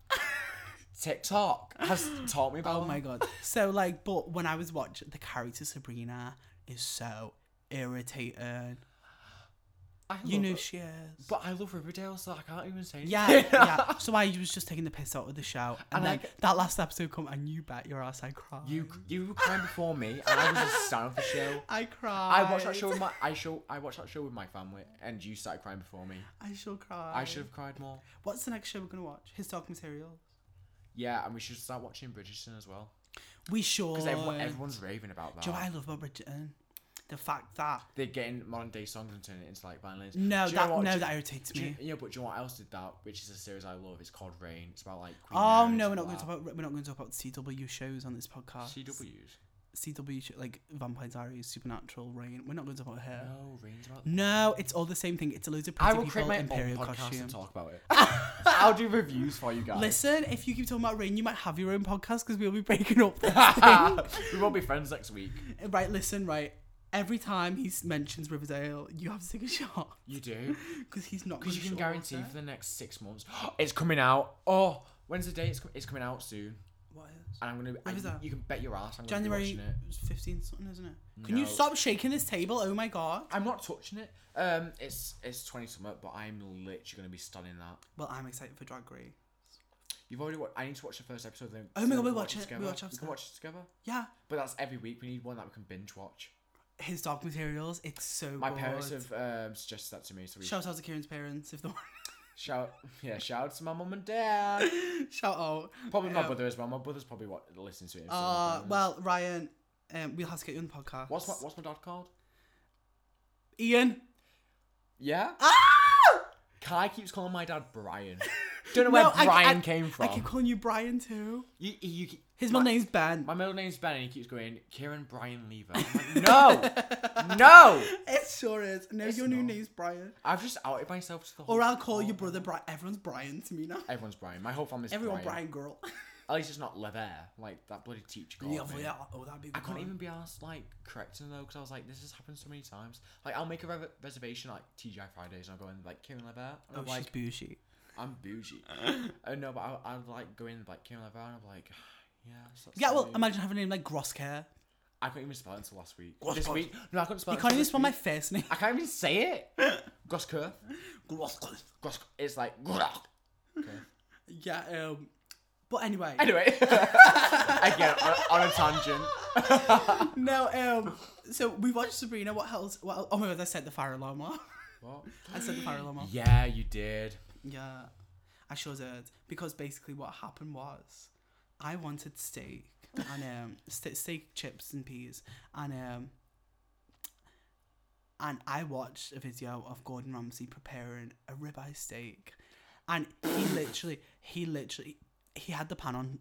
S2: TikTok
S1: [gasps]
S2: has taught me about.
S1: Oh
S2: her.
S1: my
S2: [laughs]
S1: god. So like, but when I was watching the character Sabrina is so irritating.
S2: I
S1: You
S2: love
S1: know
S2: her.
S1: she is.
S2: But I love Riverdale, so I can't even say.
S1: [laughs] yeah,
S2: [laughs]
S1: [laughs]
S2: anything.
S1: yeah. So I was just taking the piss out of the show, and,
S2: And I
S1: then that last episode come, and you bet your ass I cried.
S2: You you were crying before me, and I was just stand for show.
S1: I
S2: I
S1: cried.
S2: watched that show with my I show I watched that show with my family, and you started crying before me.
S1: I shall cry.
S2: I should have cried more.
S1: What's the next show we're gonna watch? His Dark Materials.
S2: Yeah, and we should start watching Bridgerton as well
S1: We should.
S2: because everyone, everyone's raving about that.
S1: Do you know what I love about Bridgerton? The fact that
S2: They're getting modern day songs and turning it into like violins.
S1: no,
S2: Do you know
S1: that
S2: what-
S1: no,
S2: do-
S1: that irritates
S2: do
S1: me.
S2: you- yeah, but do you know what else did that? Which is a series I love. It's called Rain. It's about like. Queen
S1: Oh
S2: Mary
S1: no, we're
S2: and
S1: not going to
S2: stuff
S1: talk about we're not going to talk about CW shows on this podcast.
S2: like that. CWs.
S1: CW show, like Vampire Diaries, Supernatural, Rain. We're not going to talk about her.
S2: No, Rain's about.
S1: No, it's all the same thing. It's a load of pretty
S2: I will create
S1: people
S2: my
S1: in
S2: own
S1: period
S2: podcast
S1: costume.
S2: and
S1: [laughs]
S2: talk about it. I'll do reviews for you guys.
S1: Listen, if you keep talking about Rain, you might have your own podcast because we'll be breaking up
S2: [laughs]
S1: this thing.
S2: we won't be friends next week.
S1: right, listen, right. Every time he s- mentions Riverdale, you have to take a
S2: [laughs]
S1: shot [laughs]
S2: You do.
S1: because he's not.
S2: Because you
S1: gonna
S2: can
S1: shut up
S2: guarantee
S1: there.
S2: for the next six months, [gasps] it's coming out. Oh, when's the date? It's, com- it's coming out soon,
S1: What is?
S2: and I'm gonna. I,
S1: When is that?
S2: You can bet your ass. I'm gonna be
S1: January
S2: watching it.
S1: fifteenth, something, isn't it? Can you
S2: No.
S1: stop shaking this table? Oh my god.
S2: I'm not touching it. Um, it's it's twenty something, but I'm literally gonna be stunning that.
S1: Well, I'm excited for Drag Race.
S2: You've already. Wa- I need to watch the first episode. Then
S1: Oh my
S2: so
S1: God, we
S2: can
S1: watch it, we
S2: together.
S1: watch it
S2: We can
S1: together.
S2: watch it together.
S1: Yeah,
S2: But that's every week. We need one that we can binge watch.
S1: his dark materials. It's so
S2: My
S1: good.
S2: parents have um, suggested that to me, so we shout.
S1: Shout out to Kieran's parents if they want.
S2: yeah, shout [laughs] out to my mum and dad.
S1: [laughs] Shout out.
S2: Probably my
S1: Um,
S2: brother as well. My brother's probably what listens to it. so my
S1: Uh,
S2: parents-
S1: well, Ryan, um, we'll have to get you on the podcast.
S2: what's my what's my dad called?
S1: Ian?
S2: Yeah.
S1: Ah!
S2: Kai keeps calling my dad Brian. Don't know
S1: [laughs]
S2: where
S1: No, I-
S2: Brian
S1: I-
S2: came
S1: I
S2: from.
S1: keep calling you Brian too.
S2: You- you- you-
S1: His
S2: my,
S1: middle name's Ben.
S2: My middle name's Ben, and he keeps going Kieran Brian Lever. I'm
S1: [laughs]
S2: like, no, no.
S1: [laughs] It sure is. No,
S2: It's
S1: your new
S2: not.
S1: name's Brian.
S2: I've just outed myself to the whole.
S1: Or I'll call
S2: world.
S1: your brother Brian. Everyone's Brian to me now.
S2: Everyone's Brian. My whole family's
S1: Everyone
S2: Brian.
S1: Brian girl. [laughs]
S2: At least it's not Levere, like that bloody teacher. got
S1: Yeah,
S2: me.
S1: yeah. Oh, that'd be. The
S2: I couldn't
S1: one.
S2: even be asked like correcting though because I was like, this has happened so many times. Like I'll make a re- reservation like TGI Fridays and I'll go in like Kieran Levert. And
S1: Oh,
S2: I'm like,
S1: she's bougie.
S2: I'm
S1: [laughs]
S2: bougie. I know, but I, I'd like go in like Kieran Levert and I'm like, [sighs] yeah. so-
S1: Yeah, well,
S2: sorry."
S1: imagine having a name like Groscare.
S2: I couldn't even spell it until last week.
S1: What's
S2: this
S1: God?
S2: week? No, I couldn't spell.
S1: You
S2: it
S1: can't
S2: until
S1: even
S2: this
S1: spell my
S2: week.
S1: first [laughs] name.
S2: I can't even say [laughs] it. Goskirth.
S1: Groscare.
S2: Gosk. It's like. [laughs] Gosk.
S1: Yeah. Um. But anyway.
S2: Anyway, [laughs] again on, on a tangent.
S1: no. Um. So we watched Sabrina. What else? What else? Oh my god! I said the fire alarm. [laughs] off.
S2: What?
S1: I said the fire alarm. off.
S2: Yeah, you did.
S1: Yeah, I sure did. Because basically, what happened was, I wanted steak and um ste steak chips and peas and um. And I watched a video of Gordon Ramsay preparing a ribeye steak, and he literally, he literally, he had the pan on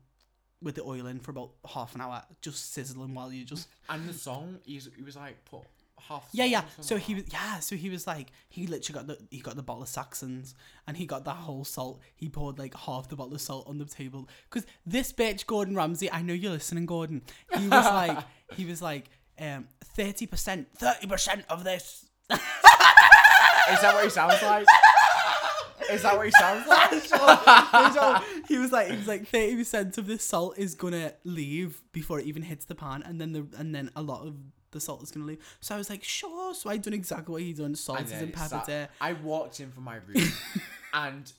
S1: with the oil in for about half an hour, just sizzling while you just
S2: And the song, he's, he was like put half. the
S1: Yeah,
S2: song
S1: yeah.
S2: or something
S1: So
S2: like
S1: he
S2: that.
S1: was yeah. So he was like he literally got the he got the bottle of Saxons and he got that whole salt. He poured like half the bottle of salt on the table because this bitch Gordon Ramsay. I know you're listening, Gordon. He was like
S2: [laughs]
S1: he was like um thirty percent, thirty percent of this.
S2: Is that what he sounds [laughs] like? Is that what he [laughs] sounds like?
S1: So he was like he was like thirty percent of this salt is gonna leave before it even hits the pan, and then the and then a lot of the salt is gonna leave. So I was like sure. So I done exactly what he done. Salt is
S2: And
S1: in
S2: then it
S1: pepper
S2: sat-
S1: there.
S2: I walked in from my
S1: [laughs]
S2: room, and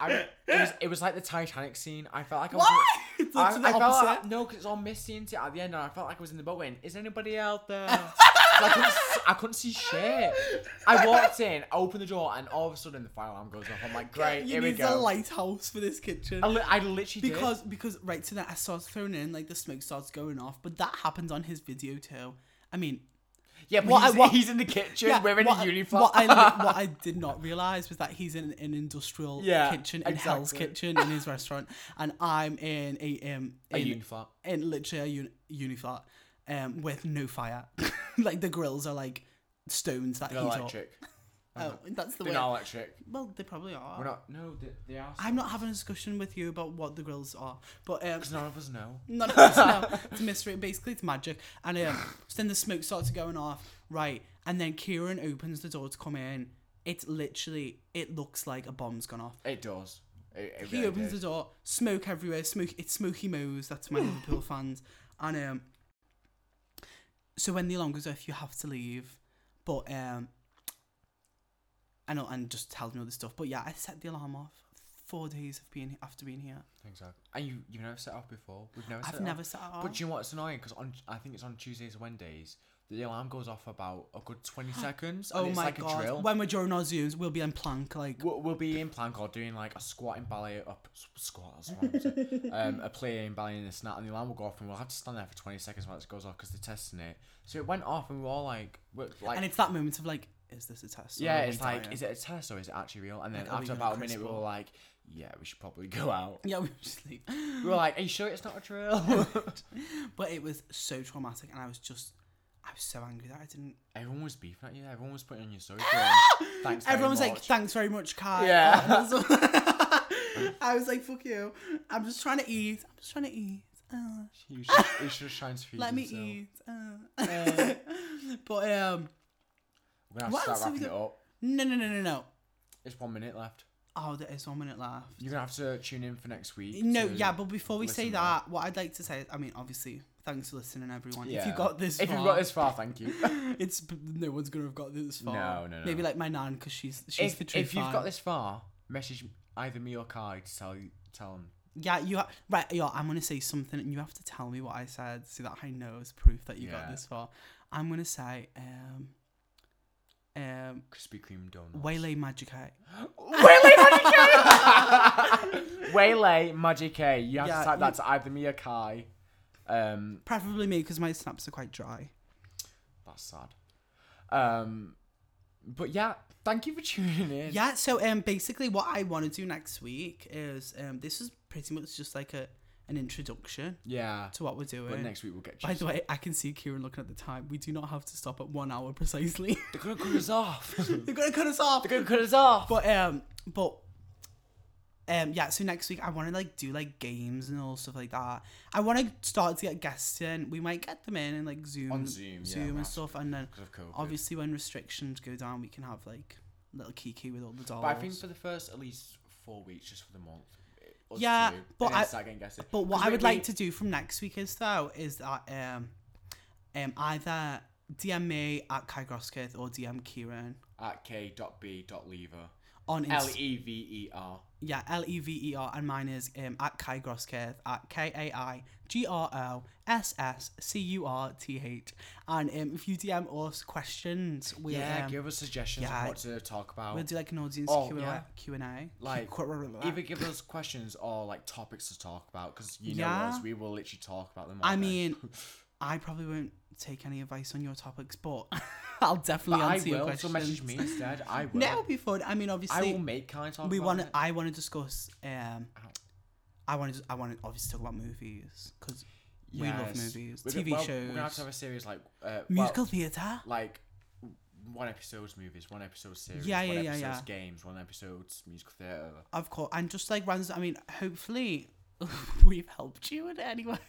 S2: I, it was it was like the Titanic scene. I felt like I was.
S1: Why? [laughs] It's
S2: I,
S1: literally
S2: I felt
S1: opposite.
S2: like, no, because it's all misty and shit at the end, and I felt like I was in the boat going, "Is anybody out there?" [laughs] 'Cause I, couldn't s- I couldn't see shit. I walked in, opened the door, and all of a sudden the fire alarm goes off. I'm like,
S1: [laughs]
S2: "Great,
S1: you
S2: here we
S1: need a
S2: go."
S1: lighthouse for this kitchen.
S2: I, li- I literally
S1: because because right to that I starts thrown in like the smoke starts going off, but that happens on his video too. I mean,
S2: did. Yeah, but
S1: what I-
S2: he's,
S1: what-
S2: he's in the kitchen
S1: yeah,
S2: wearing
S1: what,
S2: [laughs] a uniform.
S1: What I, li- what I did not realize was that he's in an industrial
S2: Yeah,
S1: kitchen in Hell's
S2: exactly.
S1: Kitchen in his restaurant, and I'm in a um
S2: a
S1: in,
S2: uniform.
S1: in literally a uni- uniflat um with no fire, [laughs] like the grills are like stones that
S2: They're
S1: heat
S2: electric.
S1: up. Oh, that's the
S2: They're
S1: way.
S2: not electric.
S1: Well, they probably are.
S2: We're not. No, they, they are.
S1: I'm not having a discussion with you about what the grills are, but um,
S2: Because none of us know.
S1: None of us know.
S2: [laughs]
S1: It's a mystery. Basically, it's magic. And um, so then the smoke starts going off, right? And then Kieran opens the door to come in. It's literally, it looks like a bomb's gone off.
S2: It does. It, it
S1: He
S2: really
S1: opens
S2: did.
S1: the door, smoke everywhere. Smoke. It's Smoky Moe's. That's my Liverpool fans. And um, so when the alarm goes off, you have to leave. But um, I know, and just tells me all this stuff. But yeah, I set the alarm off. Four days of being after being here,
S2: Exactly. And you, you've never set off before. We've never. set
S1: I've
S2: it off.
S1: never set it off.
S2: But do you know what's annoying? Because on I think it's on Tuesdays and Wednesdays, the alarm goes off about a good
S1: [gasps]
S2: 20 seconds.
S1: Oh
S2: and it's
S1: my
S2: like
S1: god!
S2: a drill.
S1: When we're during our zooms, we'll be on plank like
S2: We'll, we'll be in plank or doing like a squatting ballet up squat. That's what I'm
S1: [laughs]
S2: saying. um, a playing ballet and a snap, and the alarm will go off, and we'll have to stand there for 20 seconds while it goes off because they're testing it. So it went off, and we were all like, we're, like
S1: and it's that moment of like, is this a test? or
S2: yeah,
S1: are we
S2: it's like,
S1: dying?
S2: is it a test or is it actually real? And then
S1: Like, are we
S2: after
S1: gonna
S2: about a minute, we
S1: crisp
S2: were
S1: up?
S2: like, yeah, we should probably
S1: [laughs]
S2: go out.
S1: yeah, we were just like,
S2: We were like, are you sure it's not
S1: [laughs]
S2: a drill?
S1: but it was so traumatic, and I was just, I was so angry that I didn't.
S2: Everyone was beefing at you. Everyone was putting on your story.
S1: [gasps]
S2: going, Thanks. very
S1: Everyone was like,
S2: much."
S1: thanks very much, Kai. [laughs]
S2: Yeah.
S1: Oh,
S2: [laughs]
S1: that's- I was [laughs] like, fuck you. I'm just trying to eat. I'm just trying to eat. Uh,
S2: You should, you should
S1: [laughs]
S2: try and feed
S1: let me
S2: yourself.
S1: eat. Uh. [laughs] but um,
S2: We're gonna have
S1: What
S2: to
S1: else
S2: start
S1: have
S2: wrapping
S1: you
S2: it up.
S1: no, no, no, no, no.
S2: It's one minute left.
S1: Oh, there is one minute left.
S2: You're gonna have to tune in for next week.
S1: No,
S2: to-
S1: yeah, but before we say
S2: listen
S1: that, what I'd like to say, I mean, obviously, thanks for listening, everyone. If you
S2: Yeah.
S1: got this,
S2: If you've
S1: far-
S2: got this far,
S1: [laughs]
S2: thank you.
S1: it's no one's gonna have got this far.
S2: No, no, no.
S1: Maybe like my nan, because she's she's
S2: if
S1: the true
S2: if you've
S1: fan.
S2: got this far, message either me or Kai to tell you tell them.
S1: yeah, you ha- right. Yeah, I'm gonna say something, and you have to tell me what I said so that I know as proof that you got
S2: Yeah.
S1: this far. I'm gonna say, um, um,
S2: Krispy Kreme donuts. [laughs]
S1: waylay magic eye.
S2: Waylay
S1: [laughs]
S2: Magic K. Waylay Magic K. You have
S1: Yeah,
S2: to type that
S1: you-
S2: to either me or Kai. Um,
S1: Preferably me, because my snaps are quite dry.
S2: that's sad. Um, but yeah, thank you for tuning in.
S1: Yeah, so um basically what I want to do next week is um this is pretty much just like a an introduction
S2: Yeah.
S1: to what we're doing.
S2: But next week we'll get.
S1: By
S2: juicy.
S1: the way, I can see Kieran looking at the time. We do not have to stop at one hour
S2: [laughs]
S1: precisely.
S2: They're gonna [laughs] cut us off. They're
S1: They're gonna cut us off.
S2: gonna cut us off.
S1: But um, but Um, yeah, so next week I want to like do like games and all stuff like that. I want to start to get guests in. We might get them in and like Zoom,
S2: On Zoom, yeah,
S1: Zoom and
S2: that's
S1: stuff, and then
S2: because of COVID.
S1: obviously when restrictions go down, we can have like little kiki with all the dolls.
S2: But I think for the first at least four weeks, just for the month. it- us
S1: Yeah,
S2: two,
S1: but
S2: and then
S1: I-
S2: start getting guests in.
S1: But what
S2: 'Cause
S1: I
S2: we-
S1: would
S2: we-
S1: like to do from next week is though is that um, um either DM me at Kai Groskith or DM Kieran
S2: at k.b.lever
S1: on
S2: L
S1: Insta-
S2: E V E R.
S1: yeah L E V E R and mine is um at Kai Groskith at K A I G R O S S C U R T H and um if you DM us questions we'll
S2: Yeah,
S1: um,
S2: give us suggestions
S1: yeah.
S2: of what to talk about.
S1: we'll do like an audience
S2: Oh,
S1: Q&A
S2: yeah.
S1: Q and A
S2: Like,
S1: Q-
S2: Either give us questions or like topics to talk about because you
S1: Yeah.
S2: know us, we will literally talk about them. All
S1: I
S2: [laughs] day.
S1: mean, I probably won't take any advice on your topics, but [laughs] I'll definitely
S2: but I
S1: answer your
S2: will. So
S1: questions.
S2: message me instead.
S1: [laughs]
S2: I will.
S1: That would be fun. I mean,
S2: I will Uh-huh.
S1: obviously,
S2: make kind of talk.
S1: we
S2: about
S1: want to.
S2: it.
S1: I want to discuss. Um,
S2: Ow.
S1: I want to. I want to obviously talk about movies because we love
S2: Yes.
S1: movies,
S2: We're gonna-
S1: TV
S2: well,
S1: shows,
S2: We're gonna have to have a series like uh,
S1: musical
S2: well,
S1: theater.
S2: like one episode's movies, one episode's series,
S1: Yeah,
S2: one
S1: yeah, yeah,
S2: episode's
S1: yeah.
S2: games, one episode's musical theatre.
S1: Of course, and just like random. I mean, hopefully, [laughs] we've helped you in any way. [laughs]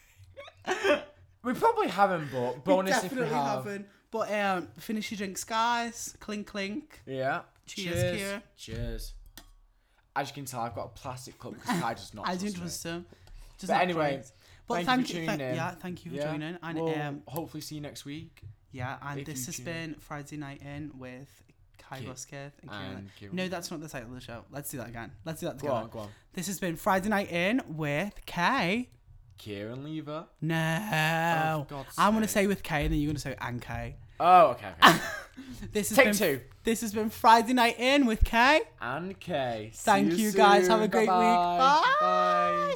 S2: We probably haven't, but
S1: We
S2: bonus if we
S1: definitely
S2: have.
S1: haven't. But um, finish your drinks, guys. Clink, clink.
S2: Yeah.
S1: Cheers,
S2: Cheers.
S1: Kira.
S2: Cheers. As you can tell, I've got a plastic cup because Kai does
S1: [laughs]
S2: not.
S1: I do
S2: trust me.
S1: trust him. Just
S2: But
S1: not
S2: anyway,
S1: drink. but
S2: thank
S1: thank
S2: you for
S1: you.
S2: tuning
S1: tha-
S2: in.
S1: yeah, thank you for
S2: Yeah.
S1: joining. And
S2: We'll
S1: um,
S2: hopefully see you next week.
S1: Yeah, and
S2: If you
S1: this has
S2: tune
S1: been Friday Night In with Kai
S2: Ki-
S1: Busketh and Kieran.
S2: And Kieran.
S1: No, that's not the title of the show. Let's do that again. Let's do that
S2: go
S1: together.
S2: on, go on.
S1: This has been Friday Night In with Kay.
S2: Kieran Lever.
S1: No.
S2: Oh, for God's
S1: I'm going to
S2: sake.
S1: say with Kay and then you're going to say and Kay.
S2: Oh, okay. okay.
S1: [laughs] This has
S2: Take
S1: been,
S2: two.
S1: This has been Friday Night In with Kay.
S2: And Kay. See
S1: Thank you, guys. Have a
S2: soon.
S1: great week.
S2: Bye-bye.
S1: Bye.
S2: Bye.